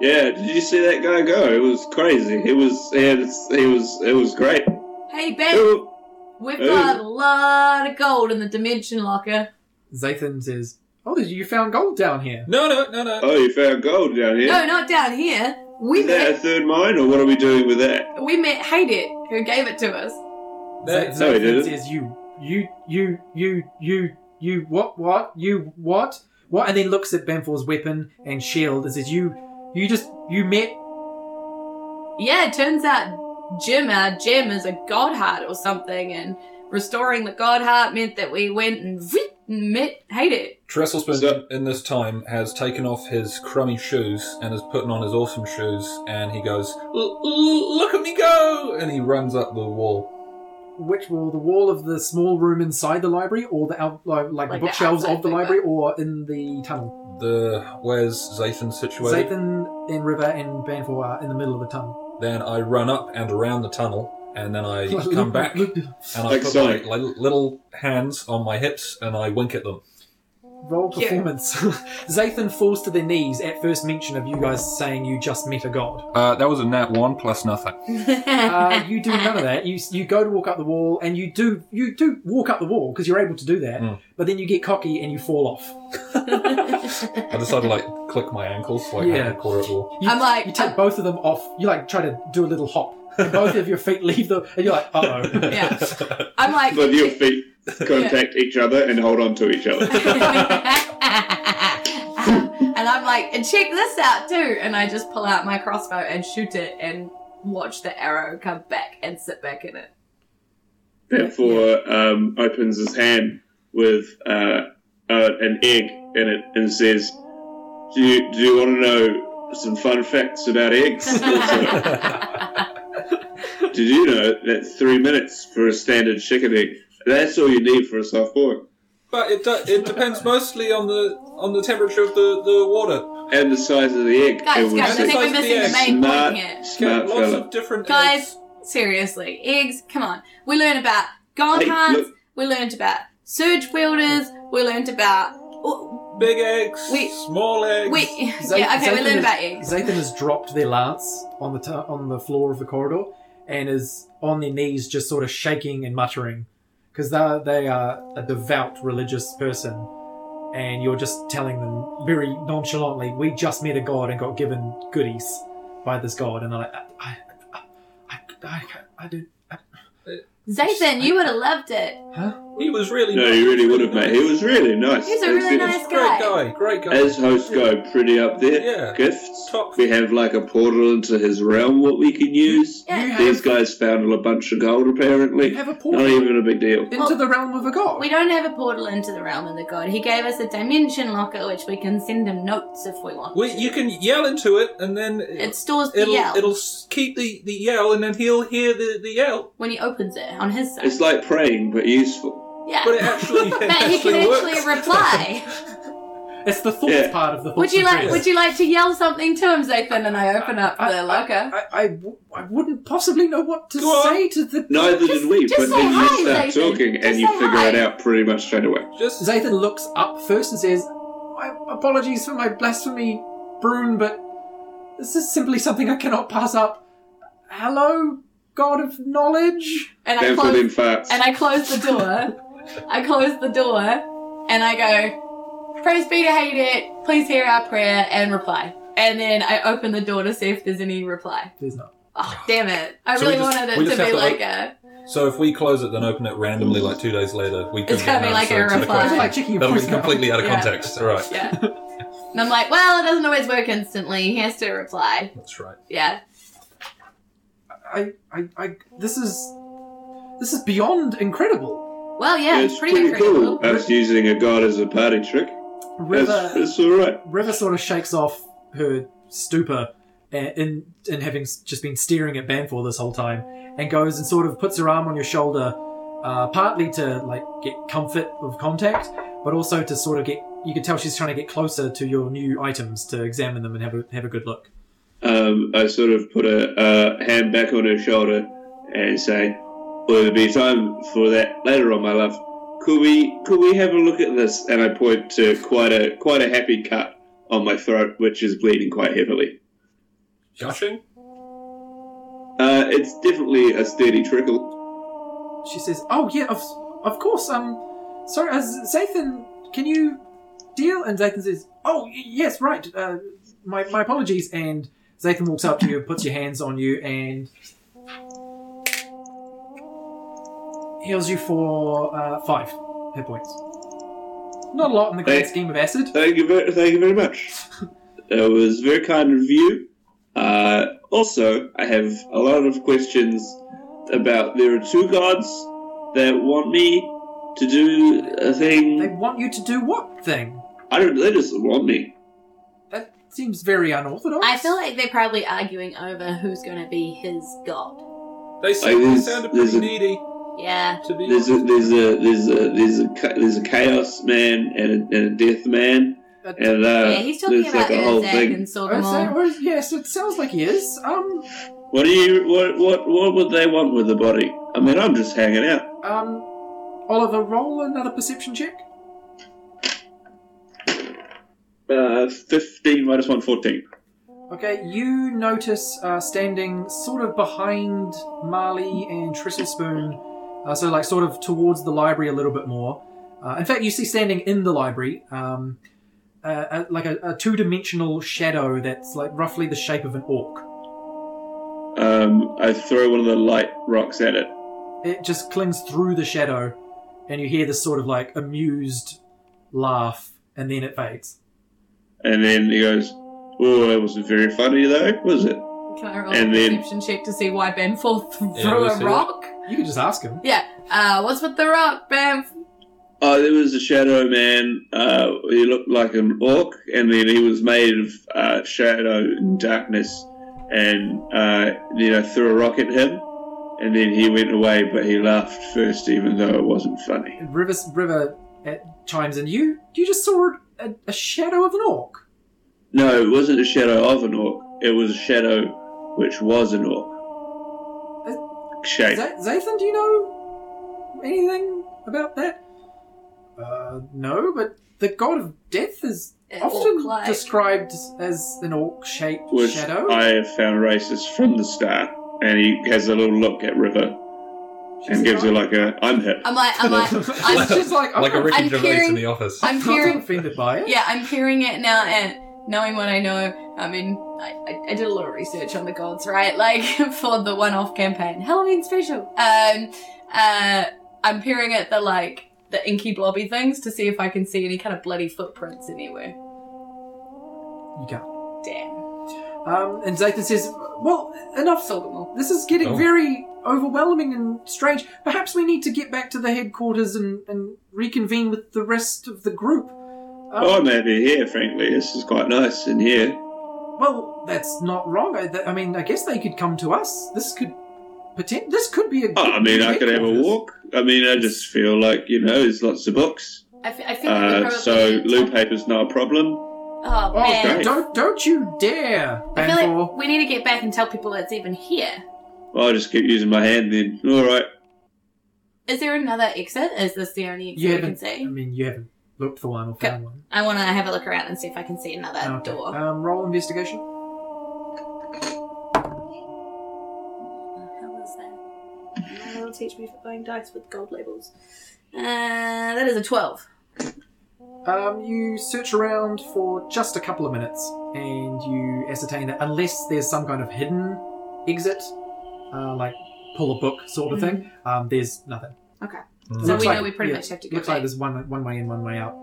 Speaker 4: Yeah, did you see that guy go? It was crazy. It was yeah, it's, it was it was great.
Speaker 3: Hey, Bamf,
Speaker 4: Ooh.
Speaker 3: we've
Speaker 4: Hey.
Speaker 3: got a lot of gold in the dimension locker.
Speaker 2: Zathan says, "Oh, you found gold down here."
Speaker 5: No, no, no, no.
Speaker 4: Oh, you found gold down here.
Speaker 3: No, not down here. We
Speaker 4: Is that a
Speaker 3: met,
Speaker 4: third mine, or what are we doing with that?
Speaker 3: we met Haydet, who gave it to us.
Speaker 5: That-
Speaker 2: Za-
Speaker 4: no, he
Speaker 2: Zathan
Speaker 4: didn't.
Speaker 2: says, "You you, you, you, you, you, what, what, you, what, what, and then looks at Bamfor's weapon and shield and says, you, you just, you met,
Speaker 3: Yeah, it turns out Jim, our Jim, is a god heart or something, and restoring the god heart meant that we went and vip, and met hate it.
Speaker 5: Trestlespin
Speaker 4: So-
Speaker 5: in this time has taken off his crummy shoes and is putting on his awesome shoes, and he goes, "L- l- "Look at me go!" and he runs up the wall.
Speaker 2: which wall, the wall of the small room inside the library or the, out, like, like
Speaker 3: Like
Speaker 2: the
Speaker 3: the
Speaker 2: bookshelves
Speaker 3: outside
Speaker 2: of the
Speaker 3: thing,
Speaker 2: library or in the tunnel?
Speaker 5: The where's Zathan situated?
Speaker 2: Zathan and River and Banfor are in the middle of the tunnel.
Speaker 5: Then I run up and around the tunnel, and then I come back and I
Speaker 4: Like
Speaker 5: put my
Speaker 4: Sonic.
Speaker 5: like, little hands on my hips and I wink at them.
Speaker 2: Roll
Speaker 3: Yeah.
Speaker 2: performance. Zathan falls to their knees at first mention of you guys saying you just met a god.
Speaker 5: Uh, that was a nat one plus nothing.
Speaker 2: Uh, you do none of that. You you go to walk up the wall, and you do you do walk up the wall because you're able to do that.
Speaker 5: Mm.
Speaker 2: But then you get cocky and you fall off.
Speaker 5: I decided to like click my ankles like
Speaker 2: Yeah.
Speaker 5: yeah. core at all.
Speaker 2: You,
Speaker 3: I'm like- uh
Speaker 2: you take both of them off. You like try to do a little hop. And both of your feet leave the, and you're like, uh oh.
Speaker 3: Yeah. I'm like.
Speaker 4: So your feet contact each other and hold on to each other.
Speaker 3: and I'm like, and check this out too. And I just pull out my crossbow and shoot it and watch the arrow come back and sit back in it.
Speaker 4: Therefore, um, opens his hand with uh, uh, an egg in it and says, "Do you, do you want to know some fun facts about eggs?" Also, Did you know that three minutes for a standard chicken egg? That's all you need for a soft boiled,
Speaker 5: But it do- it depends mostly on the on the temperature of the, the water.
Speaker 4: and the size of the egg.
Speaker 3: guys,
Speaker 4: It
Speaker 3: guys, I
Speaker 5: would
Speaker 4: was
Speaker 3: think we're
Speaker 5: say-
Speaker 3: missing the main
Speaker 4: smart,
Speaker 3: point here.
Speaker 4: smart
Speaker 5: lots
Speaker 4: fella.
Speaker 5: of different
Speaker 3: Guys.
Speaker 5: eggs.
Speaker 3: Seriously, eggs, come on. We learned about god
Speaker 4: Hey,
Speaker 3: hands,
Speaker 4: look.
Speaker 3: we learned about surge wielders, we learned about. oh,
Speaker 5: big eggs,
Speaker 3: We-
Speaker 5: small eggs.
Speaker 3: We,
Speaker 2: Zay-
Speaker 3: yeah, okay, we
Speaker 2: Zayden
Speaker 3: learned
Speaker 2: is-
Speaker 3: about eggs.
Speaker 2: Zathan has dropped their lance on the tu- on the floor of the corridor and is on their knees, just sort of shaking and muttering, because they they are a devout religious person, and you're just telling them very nonchalantly, "We just met a god and got given goodies by this god," and they're like, "I, I, I, I, I, I don't."
Speaker 3: Zathan, you would have loved it.
Speaker 5: he was really
Speaker 4: No,
Speaker 5: nice.
Speaker 4: he really would have, mate. He was really nice.
Speaker 3: He's a really
Speaker 4: It's-
Speaker 3: nice
Speaker 5: Great
Speaker 3: guy.
Speaker 5: guy, great guy.
Speaker 4: As hosts go pretty up there,
Speaker 5: Yeah.
Speaker 4: gifts.
Speaker 5: Top.
Speaker 4: We have like a portal into his realm what we can use.
Speaker 3: Yeah.
Speaker 2: You
Speaker 4: These
Speaker 2: have,
Speaker 4: guys found a bunch of gold
Speaker 2: you
Speaker 4: apparently.
Speaker 2: have a
Speaker 4: Not
Speaker 2: portal
Speaker 4: even a big deal.
Speaker 2: into the realm of a god.
Speaker 3: We don't have a portal into the realm of the god. He gave us a dimension locker which we can send him notes if we want.
Speaker 5: We, you can yell into it, and then
Speaker 3: it stores the
Speaker 5: it'll
Speaker 3: yell
Speaker 5: it'll s- keep the, the yell, and then he'll hear the, the yell.
Speaker 3: when he opens it on his side.
Speaker 4: It's like praying but useful.
Speaker 3: yeah.
Speaker 5: But it actually, it
Speaker 3: But he can actually
Speaker 5: works.
Speaker 3: reply.
Speaker 2: It's the thoughts
Speaker 4: Yeah.
Speaker 2: part of the.
Speaker 3: would
Speaker 2: thoughts
Speaker 3: you
Speaker 2: and
Speaker 3: like
Speaker 2: prayers.
Speaker 3: would you like to yell something to him, Zathan? And I open up the locker.
Speaker 2: I, I, w- I wouldn't possibly know what to
Speaker 5: Go on.
Speaker 2: say to the.
Speaker 4: Neither
Speaker 3: Just-
Speaker 4: did we,
Speaker 3: just
Speaker 4: but
Speaker 3: say
Speaker 4: then
Speaker 3: hi,
Speaker 4: you start
Speaker 3: Nathan.
Speaker 4: talking
Speaker 3: Just
Speaker 4: and you
Speaker 3: say
Speaker 4: figure
Speaker 3: hi.
Speaker 4: it out pretty much straight away.
Speaker 5: Just
Speaker 2: Zathan looks up first and says, My apologies for my blasphemy, Brune, but this is simply something I cannot pass up. Hello, God of Knowledge?
Speaker 3: And I
Speaker 4: Bamford
Speaker 3: close
Speaker 4: then farts.
Speaker 3: and I close the door. I close the door and I go, Praise be to hate it, please hear our prayer and reply. And then I open the door to see if there's any reply.
Speaker 2: There's not.
Speaker 3: Oh damn it. I
Speaker 5: So we
Speaker 3: really
Speaker 5: just-
Speaker 3: wanted
Speaker 5: we
Speaker 3: it
Speaker 5: just
Speaker 3: to
Speaker 5: have
Speaker 3: be
Speaker 5: to
Speaker 3: like
Speaker 5: open-
Speaker 3: a
Speaker 5: so if we close it, then open it randomly like two days later, we could
Speaker 3: It's gonna
Speaker 5: get
Speaker 3: be
Speaker 5: an
Speaker 3: like a
Speaker 5: answer to the
Speaker 3: reply.
Speaker 2: It's
Speaker 5: question.
Speaker 2: like checking your
Speaker 5: That'll be
Speaker 2: voicemail.
Speaker 5: completely out of
Speaker 3: Yeah.
Speaker 5: context. All right,
Speaker 3: Yeah. and I'm like, well, it doesn't always work instantly. He has to reply.
Speaker 5: that's right.
Speaker 3: Yeah.
Speaker 2: I, I, I, this is. This is beyond incredible.
Speaker 3: Well, yeah,
Speaker 4: it's pretty,
Speaker 3: incredible.
Speaker 4: cool. I was using a god as a party trick. That's,
Speaker 2: River,
Speaker 4: that's alright.
Speaker 2: River sort of shakes off her stupor uh, in, in having s- just been staring at Banfor this whole time and goes and sort of puts her arm on your shoulder, uh, partly to like get comfort of contact, but also to sort of get. You can tell she's trying to get closer to your new items to examine them and have a have a good look.
Speaker 4: Um, I sort of put a uh, hand back on her shoulder and say, "Well, there'll be time for that later on, my love. Could we could we have a look at this?" And I point to quite a quite a happy cut on my throat, which is bleeding quite heavily.
Speaker 5: Gushing.
Speaker 4: Uh, it's definitely a steady trickle.
Speaker 2: She says, "Oh yeah, of of course. Um, sorry, uh, Zathan, can you deal?" And Zathan says, "Oh y- yes, right. Uh, my my apologies." And Zathan walks up to you, puts your hands on you, and heals you for uh, five hit points. Not a lot in the
Speaker 4: Hey.
Speaker 2: grand scheme of acid.
Speaker 4: Thank you very, thank you very much. It was very kind of you. Uh, also, I have a lot of questions about there are two gods that want me to do a
Speaker 2: They
Speaker 4: thing.
Speaker 2: want you to do what thing?
Speaker 4: I don't. They just want me.
Speaker 2: That seems very unorthodox.
Speaker 3: I feel like they're probably arguing over who's going to be his god.
Speaker 5: They
Speaker 4: Like,
Speaker 5: sound, they
Speaker 4: there's-
Speaker 5: sounded
Speaker 4: there's
Speaker 5: pretty
Speaker 4: a-
Speaker 5: needy,
Speaker 3: Yeah.
Speaker 5: to be
Speaker 4: There's
Speaker 5: honest.
Speaker 4: a there's a there's a there's a cha- there's a chaos man and a, and a death man
Speaker 2: But-
Speaker 4: and uh,
Speaker 3: Yeah, he's talking
Speaker 4: there's
Speaker 3: about
Speaker 4: like a whole
Speaker 3: Urzak and
Speaker 4: thing.
Speaker 2: Or Oh, is that-
Speaker 3: Sorgamon.
Speaker 2: or is- yes, it sounds like he is. Um,
Speaker 4: What do you what what what would they want with the body? I mean, I'm just hanging out.
Speaker 2: um, Oliver, roll another perception check.
Speaker 4: Uh, fifteen minus one, fourteen.
Speaker 2: Okay, you notice uh, standing sort of behind Marley and Trestle Spoon, uh, so like sort of towards the library a little bit more. Uh, in fact, you see standing in the library, um, uh, uh, like a, a two-dimensional shadow that's like roughly the shape of an orc.
Speaker 4: Um, I throw one of the light rocks at it.
Speaker 2: It just clings through the shadow, and you hear this sort of like amused laugh, and then it fades.
Speaker 4: And then he goes, Oh, that wasn't very funny though, was it?
Speaker 3: Can I roll
Speaker 4: And
Speaker 3: a
Speaker 4: then-
Speaker 3: perception check to see why Bamforth threw
Speaker 5: Yeah, we'll
Speaker 3: a
Speaker 5: see.
Speaker 3: rock?
Speaker 2: You can just ask him.
Speaker 3: Yeah. Uh, what's with the rock, Bamf?
Speaker 4: Oh, there was a shadow man. Uh, he looked like an orc, and then he was made of uh, shadow and darkness. And uh, then I threw a rock at him, and then he went away, but he laughed first, even though it wasn't funny.
Speaker 2: River River uh, chimes in. You you just saw a, a shadow of an orc.
Speaker 4: No, it wasn't a shadow of an orc, it was a shadow which was an orc. Shape.
Speaker 2: Za- Zathan, do you know anything about that? Uh, no, but the god of death is
Speaker 3: An
Speaker 2: often
Speaker 3: orc-like.
Speaker 2: described as an orc-shaped
Speaker 4: which
Speaker 2: shadow.
Speaker 4: I have found racist from the start. And he has a little look at River
Speaker 2: She's
Speaker 4: and gives her
Speaker 2: not-
Speaker 4: like a, I'm hit.
Speaker 3: Am I? Am I? I'm,
Speaker 2: She's like,
Speaker 5: like a
Speaker 2: I'm,
Speaker 5: Ricky
Speaker 3: I'm
Speaker 5: Gervais
Speaker 3: hearing-
Speaker 5: in the office.
Speaker 3: I'm
Speaker 2: I'm not
Speaker 3: hearing.
Speaker 2: offended by it.
Speaker 3: Yeah, I'm hearing it now, and knowing what I know, I mean, I, I, I did a lot of research on the gods, right? Like for the one-off campaign, Halloween special. Um, uh, I'm peering at the like the inky blobby things to see if I can see any kind of bloody footprints anywhere.
Speaker 2: You can't.
Speaker 3: Damn,
Speaker 2: Um, and Zathan says, well, enough.
Speaker 3: Sorgamore.
Speaker 2: This is getting
Speaker 5: Oh.
Speaker 2: very overwhelming and strange. Perhaps we need to get back to the headquarters and, and reconvene with the rest of the group. Um,
Speaker 4: Oh, I'm happy here, frankly. This is quite nice in here.
Speaker 2: Well, that's not wrong. I, th- I mean, I guess they could come to us. This could pretend. This could be a.
Speaker 4: Oh, I mean, I could have a walk. I mean, I just feel like, you know, there's lots of books.
Speaker 3: I, f- I feel like we
Speaker 4: Uh,
Speaker 3: probably
Speaker 4: so,
Speaker 3: need to-
Speaker 4: loo paper's not a problem.
Speaker 3: Oh
Speaker 2: Oh,
Speaker 3: man.
Speaker 4: great.
Speaker 2: don't don't you dare,
Speaker 3: I feel like
Speaker 2: Banfor.
Speaker 3: we need to get back and tell people it's even here.
Speaker 4: I'll just keep using my hand then. All right.
Speaker 3: Is there another exit? Is this the only
Speaker 2: You
Speaker 3: exit we can
Speaker 2: haven't. I
Speaker 3: see?
Speaker 2: mean, you haven't looked for one or
Speaker 3: Okay.
Speaker 2: found one.
Speaker 3: I want to have a look around and see if I can see another
Speaker 2: Okay.
Speaker 3: door.
Speaker 2: Um, roll investigation.
Speaker 3: How was that? That'll teach me for buying dice with gold labels. Uh, that is a 12.
Speaker 2: Um, you search around for just a couple of minutes, and you ascertain that unless there's some kind of hidden exit, uh, like pull a book sort of thing, um, there's nothing.
Speaker 5: Mm.
Speaker 3: Mm-hmm. So
Speaker 2: Looks
Speaker 3: we
Speaker 2: like-
Speaker 3: know we pretty
Speaker 2: yeah,
Speaker 3: much have to go
Speaker 2: Looks like
Speaker 3: back.
Speaker 2: there's one one way in, one way out,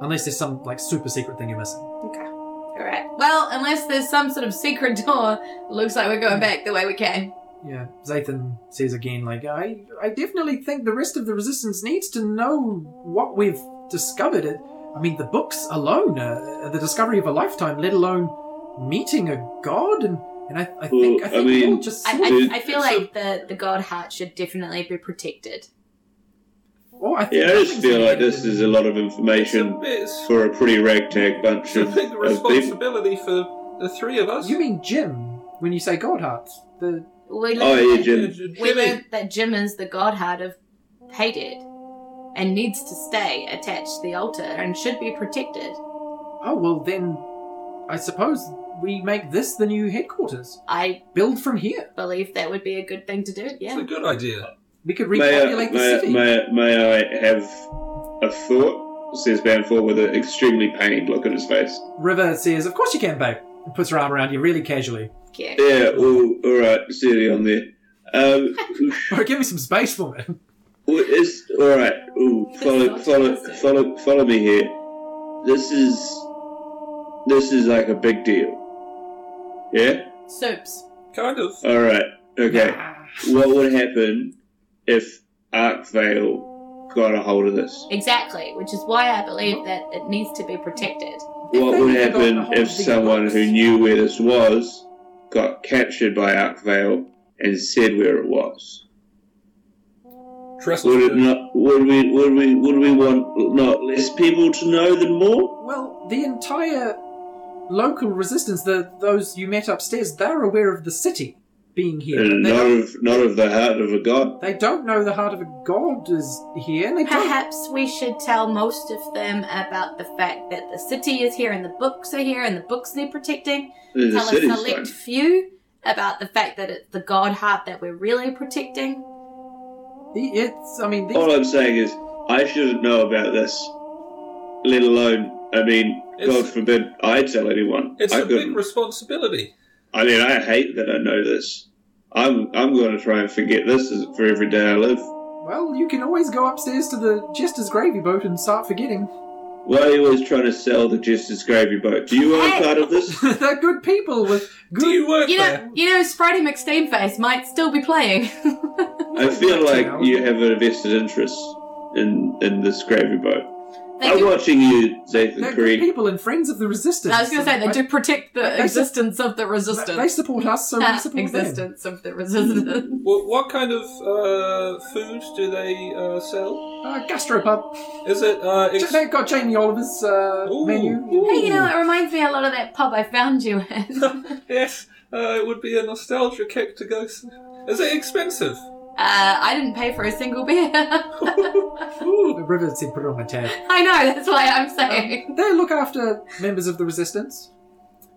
Speaker 2: unless there's some like super secret thing you're missing.
Speaker 3: Alright. Well, unless there's some sort of secret door, looks like we're going back the way we came.
Speaker 2: Yeah, Zathan says again, like, I, I definitely think the rest of the resistance needs to know what we've discovered. It, I mean, the books alone are, are the discovery of a lifetime, let alone meeting a god. And, and I, I think, I
Speaker 4: I
Speaker 2: think we
Speaker 4: mean-
Speaker 2: all just.
Speaker 3: I,
Speaker 2: sort of-
Speaker 4: Dude,
Speaker 3: I, I feel
Speaker 4: so-
Speaker 3: like the, the god heart should definitely be protected.
Speaker 2: oh, I think
Speaker 4: Yeah, I just
Speaker 2: nothing's
Speaker 4: feel like
Speaker 2: happened.
Speaker 4: this is a lot of
Speaker 5: It's a,
Speaker 4: information
Speaker 5: it's-
Speaker 4: for a pretty ragtag bunch
Speaker 5: it's a
Speaker 4: of,
Speaker 5: big
Speaker 4: of people.
Speaker 5: responsibility for the three of us.
Speaker 2: You mean Jim when you say god hearts? The,
Speaker 3: We
Speaker 4: Oh,
Speaker 3: learned
Speaker 4: yeah,
Speaker 3: that-
Speaker 4: Jim.
Speaker 3: We
Speaker 5: Jimmy.
Speaker 3: learned that Jim is the god heart of Hated and needs to stay attached to the altar and should be protected.
Speaker 2: oh, well, then I suppose we make this the new headquarters.
Speaker 3: I
Speaker 2: Build from here.
Speaker 3: believe that would be a good thing to do,
Speaker 5: It's
Speaker 3: yeah.
Speaker 5: a good idea.
Speaker 2: We could
Speaker 4: May I,
Speaker 2: repopulate the
Speaker 4: may, I-
Speaker 2: city.
Speaker 4: may, I- may I have a thought? Says Banfor with an extremely pained look on his face.
Speaker 2: River says, Of course you can, babe. And puts her arm around you really casually.
Speaker 3: Yeah.
Speaker 4: Yeah, all, all right, steady on there. Um,
Speaker 2: Oh, give me some space, woman.
Speaker 4: Well, it's all right. Ooh, follow,
Speaker 3: It's not
Speaker 4: follow,
Speaker 3: just it.
Speaker 4: follow, follow me here. This is this is like a big deal. Yeah.
Speaker 3: Soaps.
Speaker 5: Kind of.
Speaker 4: All right. Okay. What would happen if Arkvale got a hold of this?
Speaker 3: Exactly, which is why I believe that it needs to be protected.
Speaker 4: What
Speaker 2: they
Speaker 4: would
Speaker 2: got a
Speaker 4: happen
Speaker 2: hold
Speaker 4: if
Speaker 2: of the
Speaker 4: someone
Speaker 2: box?
Speaker 4: who knew where this was got captured by Arkvale and said where it was?
Speaker 5: Trust
Speaker 4: Would it not? Would we? Would we? Would we want not less people to know than more?
Speaker 2: Well, the entire local resistance, the those you met upstairs, they're aware of the city being
Speaker 5: Uh,
Speaker 2: here.
Speaker 4: and
Speaker 2: They,
Speaker 4: Uh, not
Speaker 2: don't,
Speaker 4: of not of the heart of a god.
Speaker 2: they don't know the heart of a god is here, and they don't.
Speaker 3: Perhaps we should tell most of them about the fact that the city is here and the books are here and the books they're protecting.
Speaker 4: There's a
Speaker 3: tell a
Speaker 4: city
Speaker 3: select
Speaker 4: sign.
Speaker 3: few about the fact that it's the god heart that we're really protecting.
Speaker 2: The- It's, I mean, these,
Speaker 5: Oh.
Speaker 4: All I'm saying is, I shouldn't know about this. Let alone, I mean,
Speaker 5: It's-
Speaker 4: God forbid I tell anyone.
Speaker 5: It's
Speaker 4: I
Speaker 5: a big
Speaker 4: couldn't.
Speaker 5: responsibility.
Speaker 4: I mean, I hate that I know this. I'm I'm going to try and forget this as- for every day I live.
Speaker 2: well, you can always go upstairs to the Jester's gravy boat and start forgetting.
Speaker 4: Why are you always trying to sell the Justice Gravy Boat? Do you own
Speaker 3: Hey.
Speaker 4: part of this?
Speaker 2: they're good people with good.
Speaker 5: Do you work
Speaker 3: You
Speaker 5: there?
Speaker 3: know, you know, Spritey McSteamface might still be playing.
Speaker 5: Oh,
Speaker 4: I feel like
Speaker 2: know.
Speaker 4: you have a vested interest in in this gravy boat.
Speaker 3: They
Speaker 4: I'm
Speaker 3: do-
Speaker 4: watching you,
Speaker 2: they're
Speaker 4: Zathan
Speaker 2: good
Speaker 4: Creed.
Speaker 2: people and friends of the resistance.
Speaker 3: I was going to say they do protect
Speaker 2: They-
Speaker 3: the
Speaker 2: they-
Speaker 3: existence of the
Speaker 2: They- They
Speaker 3: resistance.
Speaker 2: support us, so we
Speaker 3: Ah,
Speaker 2: support them.
Speaker 3: existence of the resistance.
Speaker 5: What, what kind of uh, food do they uh, sell?
Speaker 2: Uh, gastropub.
Speaker 5: Is it uh, ex-
Speaker 2: They've got Jamie Oliver's uh,
Speaker 5: Ooh.
Speaker 2: menu.
Speaker 3: hey, you know, it reminds me a lot of that pub I found you in.
Speaker 5: yes? Uh, it would be a nostalgia kick to go. s- Is it expensive?
Speaker 3: Uh, I didn't pay for a single beer.
Speaker 2: The river said put it on my tab. Um,
Speaker 3: I know, that's why I'm saying.
Speaker 2: They look after members of the resistance.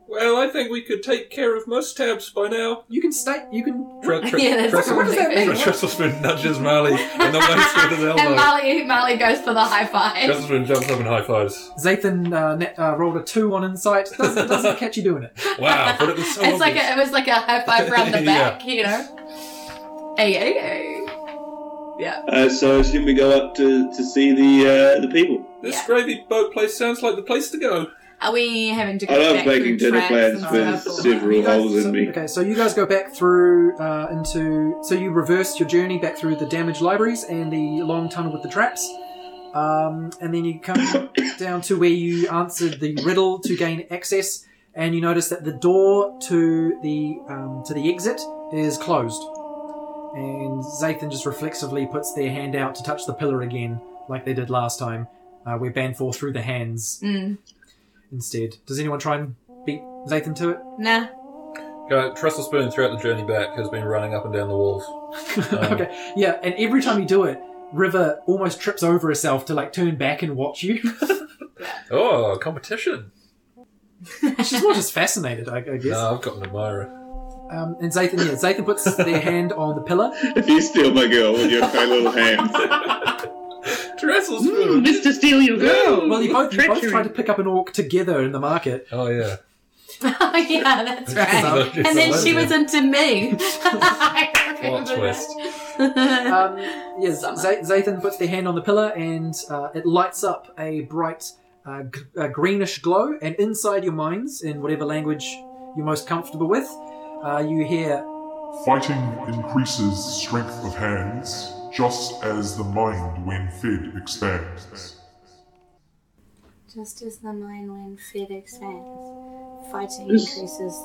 Speaker 5: Well, I think we could take care of most tabs by now.
Speaker 2: You can stay. You can.
Speaker 5: Tre- tre-
Speaker 3: yeah, that's
Speaker 5: Trestle-
Speaker 2: What does that mean?
Speaker 5: Tre- Trestlespoon nudges Marley Um, and the waist with his
Speaker 3: And
Speaker 5: elbow.
Speaker 3: Marley, Marley goes for the high five.
Speaker 5: Trestlespoon jumps up and high fives.
Speaker 2: Zathan uh, net, uh, rolled a two on insight. Doesn't, doesn't catch you doing it.
Speaker 5: Wow, but it was so
Speaker 3: it's like
Speaker 5: obvious.
Speaker 3: a, it was like a high five round the
Speaker 5: Yeah.
Speaker 3: back, you know. Hey, hey, hey. Yeah.
Speaker 4: Uh, so I assume we go up to, to see the uh, the people.
Speaker 5: This
Speaker 3: Yeah.
Speaker 5: gravy boat place sounds like the place to go.
Speaker 3: Are we having to go
Speaker 4: I love
Speaker 3: back through
Speaker 4: making dinner
Speaker 3: tracks
Speaker 4: plans
Speaker 3: and
Speaker 4: with
Speaker 3: stuff, or-
Speaker 4: several
Speaker 2: You guys-
Speaker 4: holes
Speaker 2: so-
Speaker 4: in me.
Speaker 2: Okay, so you guys go back through uh, into. So you reverse your journey back through the damaged libraries and the long tunnel with the traps. Um, and then you come down to where you answered the riddle to gain access, and you notice that the door to the um, to the exit is closed. And Zathan just reflexively puts their hand out to touch the pillar again, like they did last time, uh, where Banfor threw the hands
Speaker 3: Mm,
Speaker 2: instead. Does anyone try and beat Zathan to it?
Speaker 3: nah.
Speaker 5: Uh, Trestle Spoon throughout the journey back has been running up and down the walls. Um,
Speaker 2: okay. Yeah, and every time you do it, River almost trips over herself to like turn back and watch you.
Speaker 5: Oh, competition.
Speaker 2: She's more just fascinated, I, I guess.
Speaker 5: No, I've got an admirer.
Speaker 2: Um, and Zathan, yeah, Zathan puts their hand on the pillar.
Speaker 4: If you steal my girl with your fine little hand,
Speaker 5: Trestle
Speaker 3: Mm,
Speaker 5: Spoon.
Speaker 6: Mr. Steal Your Girl!
Speaker 2: Well, you both, you both
Speaker 6: Treachery.
Speaker 2: try to pick up an orc together in the market.
Speaker 5: Oh yeah.
Speaker 3: oh, yeah, that's right.
Speaker 2: Right.
Speaker 3: And then she was into me.
Speaker 5: Plot twist.
Speaker 2: Um, yes, Z- Zathan puts their hand on the pillar and uh, it lights up a bright uh, g- uh, greenish glow. And inside your minds, in whatever language you're most comfortable with, uh, you hear
Speaker 7: Fighting increases strength of hands, just as the mind, when fed, expands.
Speaker 8: Just as the mind when fed expands, fighting
Speaker 4: This-
Speaker 8: increases.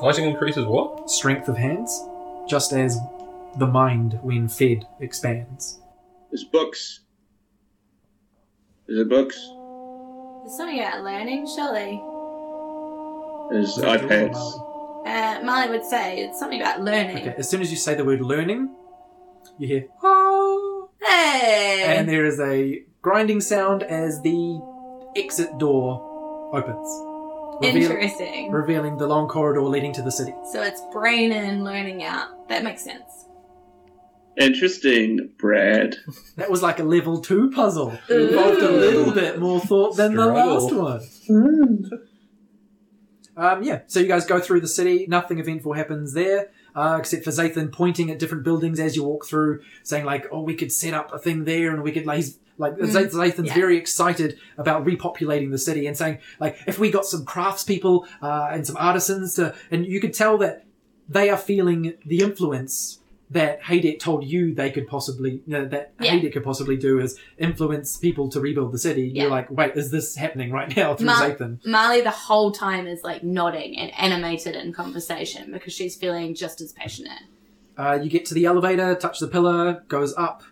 Speaker 5: Fighting increases what?
Speaker 2: strength of hands, just as the mind, when fed, expands.
Speaker 4: it's books. Is it books?
Speaker 8: It's something about learning, surely.
Speaker 4: It's iPads.
Speaker 8: Uh, Molly would say it's something about learning.
Speaker 2: Okay, as soon as you say the word learning, you hear oh,
Speaker 8: Hey!
Speaker 2: and there is a grinding sound as the exit door opens, reveal-
Speaker 8: Interesting.
Speaker 2: revealing the long corridor leading to the city.
Speaker 8: So it's brain in, learning out. That makes sense.
Speaker 4: Interesting, Brad.
Speaker 2: That was like a level two puzzle. Involved a little bit more thought than the
Speaker 5: Struggle.
Speaker 2: last one. Um, yeah, so you guys go through the city. Nothing eventful happens there. uh, except for Zathan pointing at different buildings as you walk through, saying like, "Oh, we could set up a thing there, and we could like." He's, like Zath- Zathan's
Speaker 3: yeah.
Speaker 2: very excited about repopulating the city and saying like, "If we got some craftspeople uh, and some artisans to," and you could tell that they are feeling the influence that Haydet told you they could possibly no, that
Speaker 3: Yeah.
Speaker 2: Haydet could possibly do is influence people to rebuild the city. You're
Speaker 3: Yeah.
Speaker 2: like, wait, is this happening right now through
Speaker 3: Ma-
Speaker 2: Zathan?
Speaker 3: Marley the whole time is like nodding and animated in conversation because she's feeling just as passionate.
Speaker 2: Uh, you get to the elevator, touch the pillar, goes up,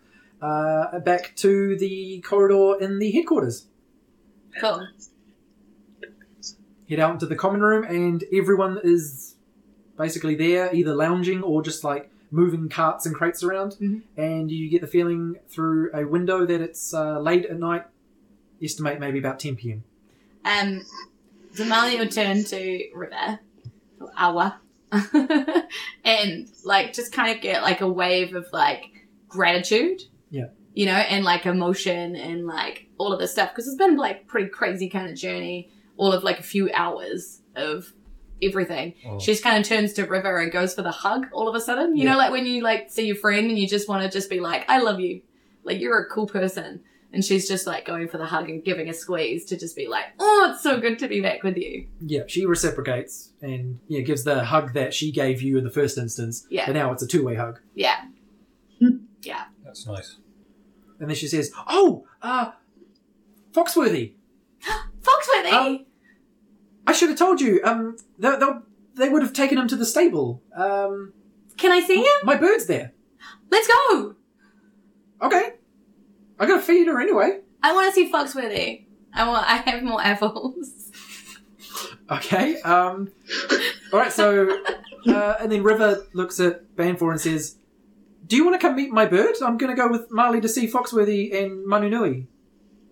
Speaker 2: uh, back to the corridor in the headquarters.
Speaker 3: Cool.
Speaker 2: Head out into the common room, and everyone is basically there, either lounging or just like moving carts and crates around.
Speaker 3: Mhm.
Speaker 2: And you get the feeling through a window that it's uh, late at night. Estimate maybe about 10 p.m.
Speaker 3: Um, so Marley will turn to River, or Awa, and like just kind of get like a wave of like gratitude.
Speaker 2: Yeah.
Speaker 3: You know, and like emotion and like all of this stuff because it's been like pretty crazy kind of journey. All of like a few hours of everything.
Speaker 5: Oh.
Speaker 3: She just kind of turns to River and goes for the hug all of a sudden. You
Speaker 2: Yeah.
Speaker 3: know, like when you like see your friend and you just want to just be like, I love you. Like you're a cool person. And she's just like going for the hug and giving a squeeze to just be like, oh, it's so good to be back with you.
Speaker 2: Yeah, she reciprocates and yeah, gives the hug that she gave you in the first instance.
Speaker 3: Yeah.
Speaker 2: But now it's a two way hug.
Speaker 3: Yeah.
Speaker 5: That's nice.
Speaker 2: And then she says, Oh, uh, Foxworthy,
Speaker 3: Foxworthy!
Speaker 2: Um, I should have told you. Um, they, they'll- they would have taken him to the stable. Um,
Speaker 3: Can I see him?
Speaker 2: my bird's there.
Speaker 3: Let's go!
Speaker 2: Okay. I gotta feed her anyway.
Speaker 3: I want to see Foxworthy. I want, I have more apples.
Speaker 2: Okay. Um, all right. So, uh, and then River looks at Banfor and says, "Do you want to come meet my bird? I'm gonna go with Marley to see Foxworthy and Manunui."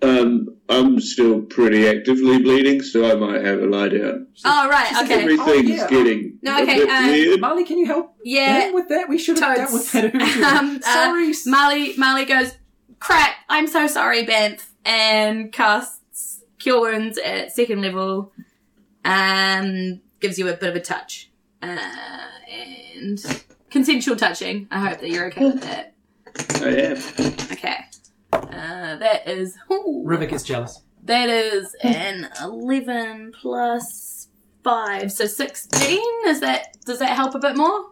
Speaker 4: Um, I'm still pretty actively bleeding, so I might have a lie down.
Speaker 3: oh, right, okay.
Speaker 4: Everything's
Speaker 2: Oh, yeah.
Speaker 4: getting
Speaker 3: No,
Speaker 4: a
Speaker 3: okay,
Speaker 4: bit
Speaker 3: um,
Speaker 4: weird.
Speaker 2: Marley, can you help
Speaker 3: Yeah.
Speaker 2: him with that? We should have dealt with
Speaker 3: Toads.
Speaker 2: that earlier.
Speaker 3: Um, uh,
Speaker 2: Sorry. s-
Speaker 3: Marley, Marley goes, crap, I'm so sorry, Banff, and casts Cure Wounds at second level, um, gives you a bit of a touch, uh, and consensual touching. I hope that you're okay with that.
Speaker 4: I am.
Speaker 3: Okay. Uh, that is, ooh,
Speaker 2: River gets jealous.
Speaker 3: that is an 11 plus 5, so 16, is that, does that help a bit more?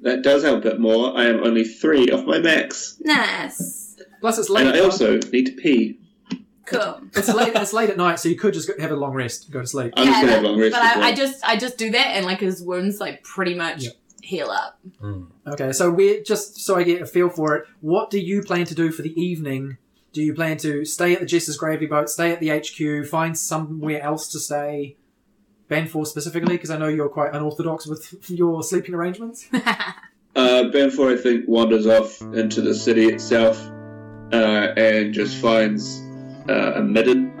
Speaker 4: That does help a bit more. I am only three off my max.
Speaker 3: Nice.
Speaker 2: Plus, it's late.
Speaker 4: And I
Speaker 2: now.
Speaker 4: also need to pee.
Speaker 3: Cool.
Speaker 2: it's late. It's late at night, so you could just go- have a long rest, go to sleep.
Speaker 4: I'm just
Speaker 3: Yeah,
Speaker 4: going to have a long rest.
Speaker 3: But
Speaker 4: as
Speaker 3: I,
Speaker 4: well.
Speaker 3: I just I just do that and like his wounds like pretty much
Speaker 2: Yeah.
Speaker 3: heal up.
Speaker 2: Okay, so we're just so I get a feel for it. What do you plan to do for the evening? Do you plan to stay at the Jess's Gravy Boat, stay at the HQ, find somewhere else to stay? Banfor specifically, because I know you're quite unorthodox with your sleeping arrangements.
Speaker 4: Uh, Banfor, I think, wanders off into the city itself uh, and just finds uh, a midden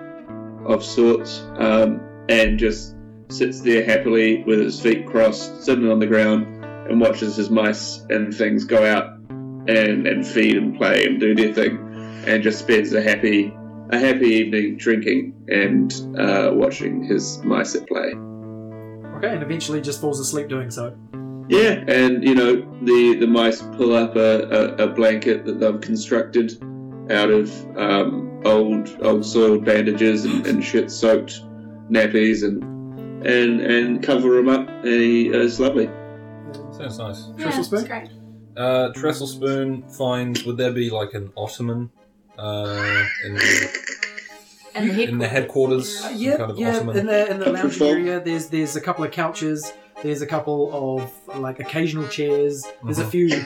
Speaker 4: of sorts um, and just sits there happily with his feet crossed, sitting on the ground, and watches his mice and things go out and, and feed and play and do their thing and just spends a happy a happy evening drinking and uh, watching his mice at play.
Speaker 2: Okay, and eventually just falls asleep doing so.
Speaker 4: Yeah, and you know the the mice pull up a, a, a blanket that they've constructed out of um, old old soiled bandages and, and shit soaked nappies and and and cover him up. And he, uh, it's lovely.
Speaker 5: Sounds nice.
Speaker 2: Trestle spoon?
Speaker 3: great.
Speaker 5: Uh, Trestle Spoon finds. Would there be like an ottoman uh, in, the,
Speaker 3: And the head
Speaker 5: in the headquarters?
Speaker 2: Uh,
Speaker 5: Some
Speaker 2: yeah,
Speaker 5: kind of eh?
Speaker 2: yeah.
Speaker 5: ottoman.
Speaker 2: In the in the
Speaker 4: Comfort
Speaker 2: lounge
Speaker 4: fold.
Speaker 2: area, there's there's a couple of couches. There's a couple of like occasional chairs. There's a
Speaker 5: Mhm.
Speaker 2: few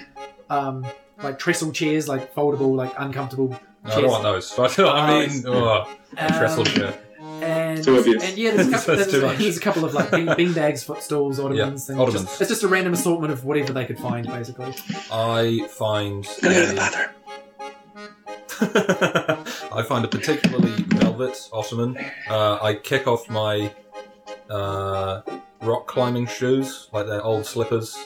Speaker 2: um, like trestle chairs, like foldable, like uncomfortable.
Speaker 5: No, I don't want those. I, don't, I mean, oh,
Speaker 2: Um,
Speaker 5: trestle chair.
Speaker 2: and,
Speaker 4: Too obvious.
Speaker 2: and yeah, there's a couple,
Speaker 5: That's too
Speaker 2: there's,
Speaker 5: much.
Speaker 2: there's a couple of like bean, beanbags, footstools, ottomans,
Speaker 5: Yeah,
Speaker 2: and just-
Speaker 5: ottomans.
Speaker 2: it's just a random assortment of whatever they could find, basically.
Speaker 5: I find
Speaker 4: Gonna go to the
Speaker 5: a-
Speaker 4: bathroom.
Speaker 5: I find a particularly velvet ottoman. Uh, I kick off my uh, rock climbing shoes, like they're old slippers.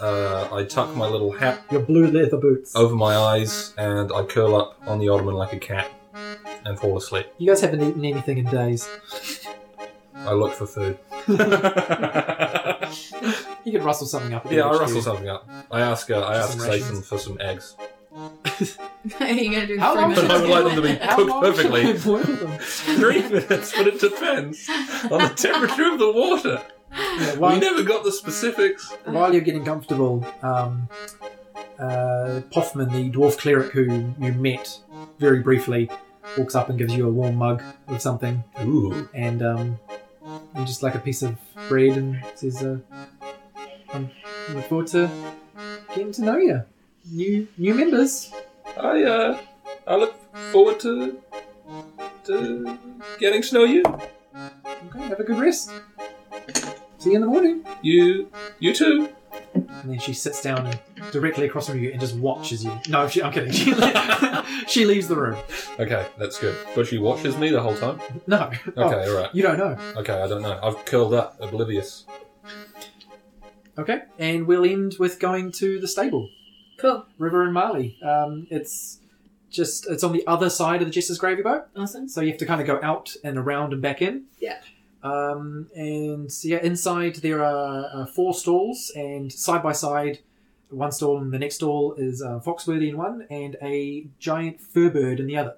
Speaker 5: Uh, I tuck my little hat
Speaker 2: Your blue leather boots.
Speaker 5: over my eyes, and I curl up on the ottoman like a cat and fall asleep.
Speaker 2: You guys haven't eaten anything in days.
Speaker 5: I look for food.
Speaker 2: You could rustle something up.
Speaker 5: yeah, I
Speaker 2: Which
Speaker 5: rustle
Speaker 2: you-
Speaker 5: something up. I ask, uh, I ask
Speaker 2: Some
Speaker 5: Satan
Speaker 2: rations?
Speaker 5: for some eggs.
Speaker 3: You're gonna do
Speaker 2: How
Speaker 3: three
Speaker 2: long
Speaker 5: But I would like them to be
Speaker 2: How
Speaker 5: cooked
Speaker 2: long should
Speaker 5: perfectly.
Speaker 2: I boil them?
Speaker 5: Three minutes, but it depends on the temperature of the water.
Speaker 2: Yeah,
Speaker 5: We
Speaker 2: while,
Speaker 5: never got the specifics.
Speaker 2: while you're getting comfortable, um, uh, Poffman, the dwarf cleric who you met very briefly, walks up and gives you a warm mug with something
Speaker 5: Ooh.
Speaker 2: and um, and just like a piece of bread and says, uh, I'm looking forward to getting to know you. New new members.
Speaker 5: I uh, I look forward to to getting to know you.
Speaker 2: Okay, have a good rest. See you in the morning.
Speaker 5: You you too.
Speaker 2: And then she sits down and directly across from you and just watches you. No, she, I'm kidding. She, le- she leaves the room.
Speaker 5: Okay, that's good. But she watches me the whole time.
Speaker 2: No. Oh,
Speaker 5: Okay, all right.
Speaker 2: you don't know.
Speaker 5: Okay, I don't know. I've curled up, oblivious.
Speaker 2: Okay. And we'll end with going to the stable,
Speaker 3: Cool.
Speaker 2: River and Marley. Um, it's just it's on the other side of the Jester's gravy boat,
Speaker 3: Awesome.
Speaker 2: so you have to kind of go out and around and back in.
Speaker 3: Yeah.
Speaker 2: Um, and so, yeah, inside there are uh, four stalls, and side by side, one stall and the next stall is uh, Foxworthy in one, and a giant fur bird in the other.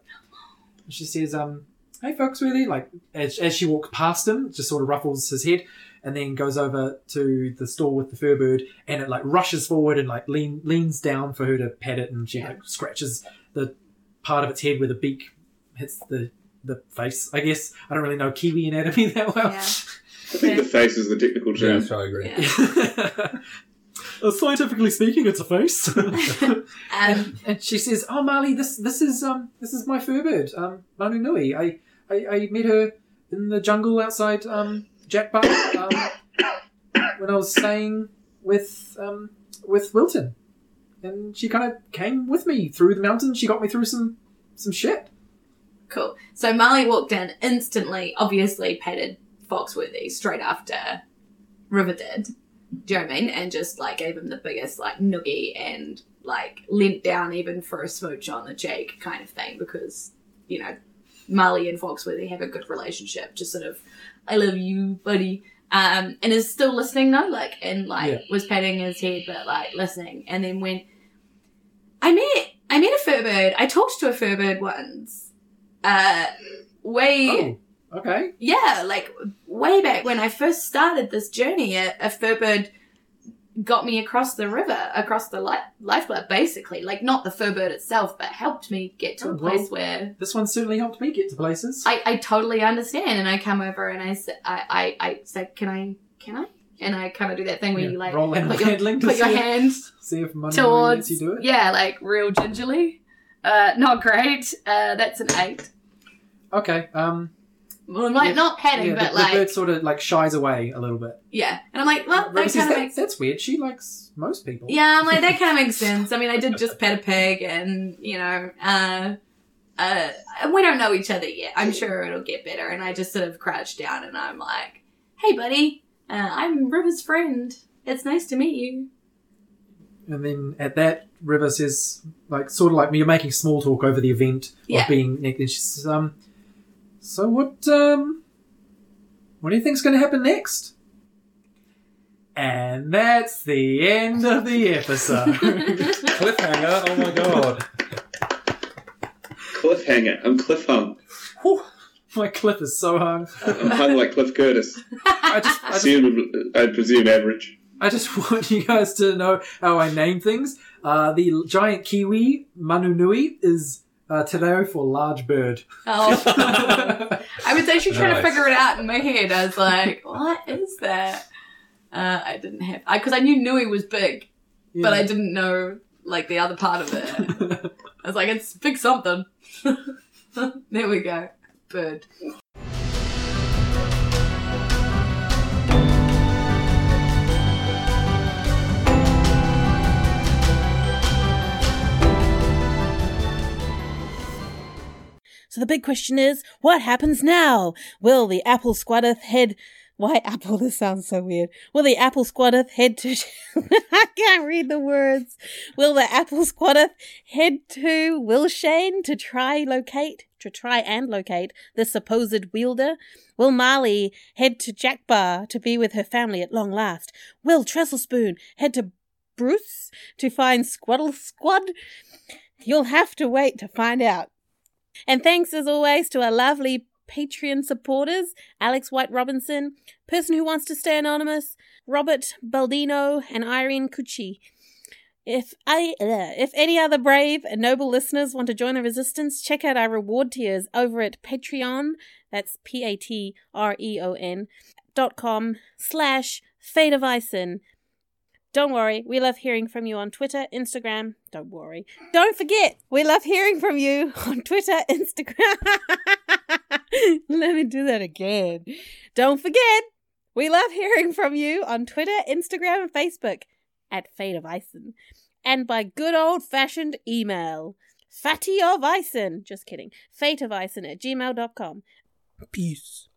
Speaker 2: She says, um, "Hey, Foxworthy!" Like as, as she walks past him, just sort of ruffles his head, and then goes over to the stall with the fur bird, and it like rushes forward and like lean, leans down for her to pet it, and she like scratches the part of its head where the beak hits the the face. I guess I don't really know kiwi anatomy that well.
Speaker 8: Yeah.
Speaker 4: I think the face is the technical
Speaker 5: Yeah,
Speaker 4: term.
Speaker 5: so I agree.
Speaker 3: Yeah.
Speaker 2: Well, Uh, Scientifically speaking, it's a face.
Speaker 3: Um,
Speaker 2: and, and she says, "Oh, Marley, this this is um this is my furbird, um Manu Nui. I, I I met her in the jungle outside um Jack Bar um, when I was staying with um with Wilton, and she kind of came with me through the mountains. She got me through some some shit.
Speaker 3: cool. So Marley walked in instantly, obviously patted Foxworthy straight after River did. Do you know what I mean? And just like gave him the biggest like noogie and like leant down even for a smooch on the cheek kind of thing because, you know, Marley and Foxworthy have a good relationship. Just sort of, I love you, buddy. Um, and is still listening though, like, and like
Speaker 2: Yeah.
Speaker 3: was patting his head, but like listening. And then when I met, I met a furbird. I talked to a furbird once. Uh, way
Speaker 2: Oh, okay.
Speaker 3: yeah, like way back when I first started this journey, a, a furbird got me across the river, across the li- lifeblood, basically. Like, not the furbird itself, but helped me get to
Speaker 2: Oh,
Speaker 3: a
Speaker 2: well.
Speaker 3: place where
Speaker 2: This one certainly helped me get to places.
Speaker 3: I, I totally understand. And I come over and I say, I, I, I say, can I, can I? And I kind of do that thing where
Speaker 2: Yeah,
Speaker 3: you like
Speaker 2: roll animal
Speaker 3: put your,
Speaker 2: handling to
Speaker 3: put your
Speaker 2: see,
Speaker 3: hand
Speaker 2: see if Manu Nui lets
Speaker 3: towards,
Speaker 2: you do it.
Speaker 3: yeah, like real gingerly. Uh, not great. Uh, that's an eight.
Speaker 2: Okay. Um.
Speaker 3: Well, like
Speaker 2: Yeah,
Speaker 3: not petting,
Speaker 2: yeah,
Speaker 3: but
Speaker 2: the,
Speaker 3: like
Speaker 2: the bird sort of like shies away a little bit.
Speaker 3: yeah. And I'm like, well,
Speaker 2: Rosie
Speaker 3: that
Speaker 2: says,
Speaker 3: kind of
Speaker 2: "That-
Speaker 3: makes
Speaker 2: That's weird. She likes most people.
Speaker 3: Yeah, I'm like that kind of makes sense. I mean, I did just pet a pig, and you know, uh, uh, we don't know each other yet. I'm sure it'll get better. And I just sort of crouched down, and I'm like, "Hey, buddy, uh, I'm River's friend. It's nice to meet you."
Speaker 2: And then at that, River says, like, sort of like you're making small talk over the event
Speaker 3: Yeah.
Speaker 2: of being next. And she says, um, so what, um, what do you think's going to happen next? And that's the end of the episode.
Speaker 5: Cliffhanger! Oh my god.
Speaker 4: Cliffhanger. I'm cliff hung.
Speaker 2: Whew, my clip is so hung.
Speaker 4: I'm hung like Cliff Curtis.
Speaker 2: I just, I just
Speaker 4: Assume, I presume average.
Speaker 2: I just want you guys to know how I name things. Uh, the giant kiwi, Manu Nui, is uh, Tadeo for large bird.
Speaker 3: oh, I was actually trying
Speaker 5: Nice.
Speaker 3: to figure it out in my head. I was like, "What is that?" Uh, I didn't have because I knew Nui was big, but I didn't know like the other part of it.
Speaker 2: I.
Speaker 3: I was like, it's big something. there we go. Bird.
Speaker 1: So the big question is, what happens now? Will the Apple Squadeth head Why apple? This sounds so weird. Will the apple squatteth head to? I can't read the words. Will the apple squatteth head to Wilshane to try locate to try and locate the supposed wielder? Will Marley head to Jackbar to be with her family at long last? Will Trestlespoon head to Bruce to find Squaddle Squad? You'll have to wait to find out. And thanks as always to our lovely Patreon supporters Alex White Robinson, Person Who Wants to Stay Anonymous, Robert Baldino, and Irene Cucci. If I, uh, if any other brave and noble listeners want to join the resistance, check out our reward tiers over at Patreon. That's p a t r e o n dot com slash Fate of Ison. Don't worry, we love hearing from you on Twitter, Instagram. Don't worry. Don't forget, we love hearing from you on Twitter, Instagram. Let me do that again. Don't forget, we love hearing from you on Twitter, Instagram, and Facebook at Fate of Ison. And by good old fashioned email. Fatty of Ison. Just kidding. Fate of Ison at gmail.com. Peace.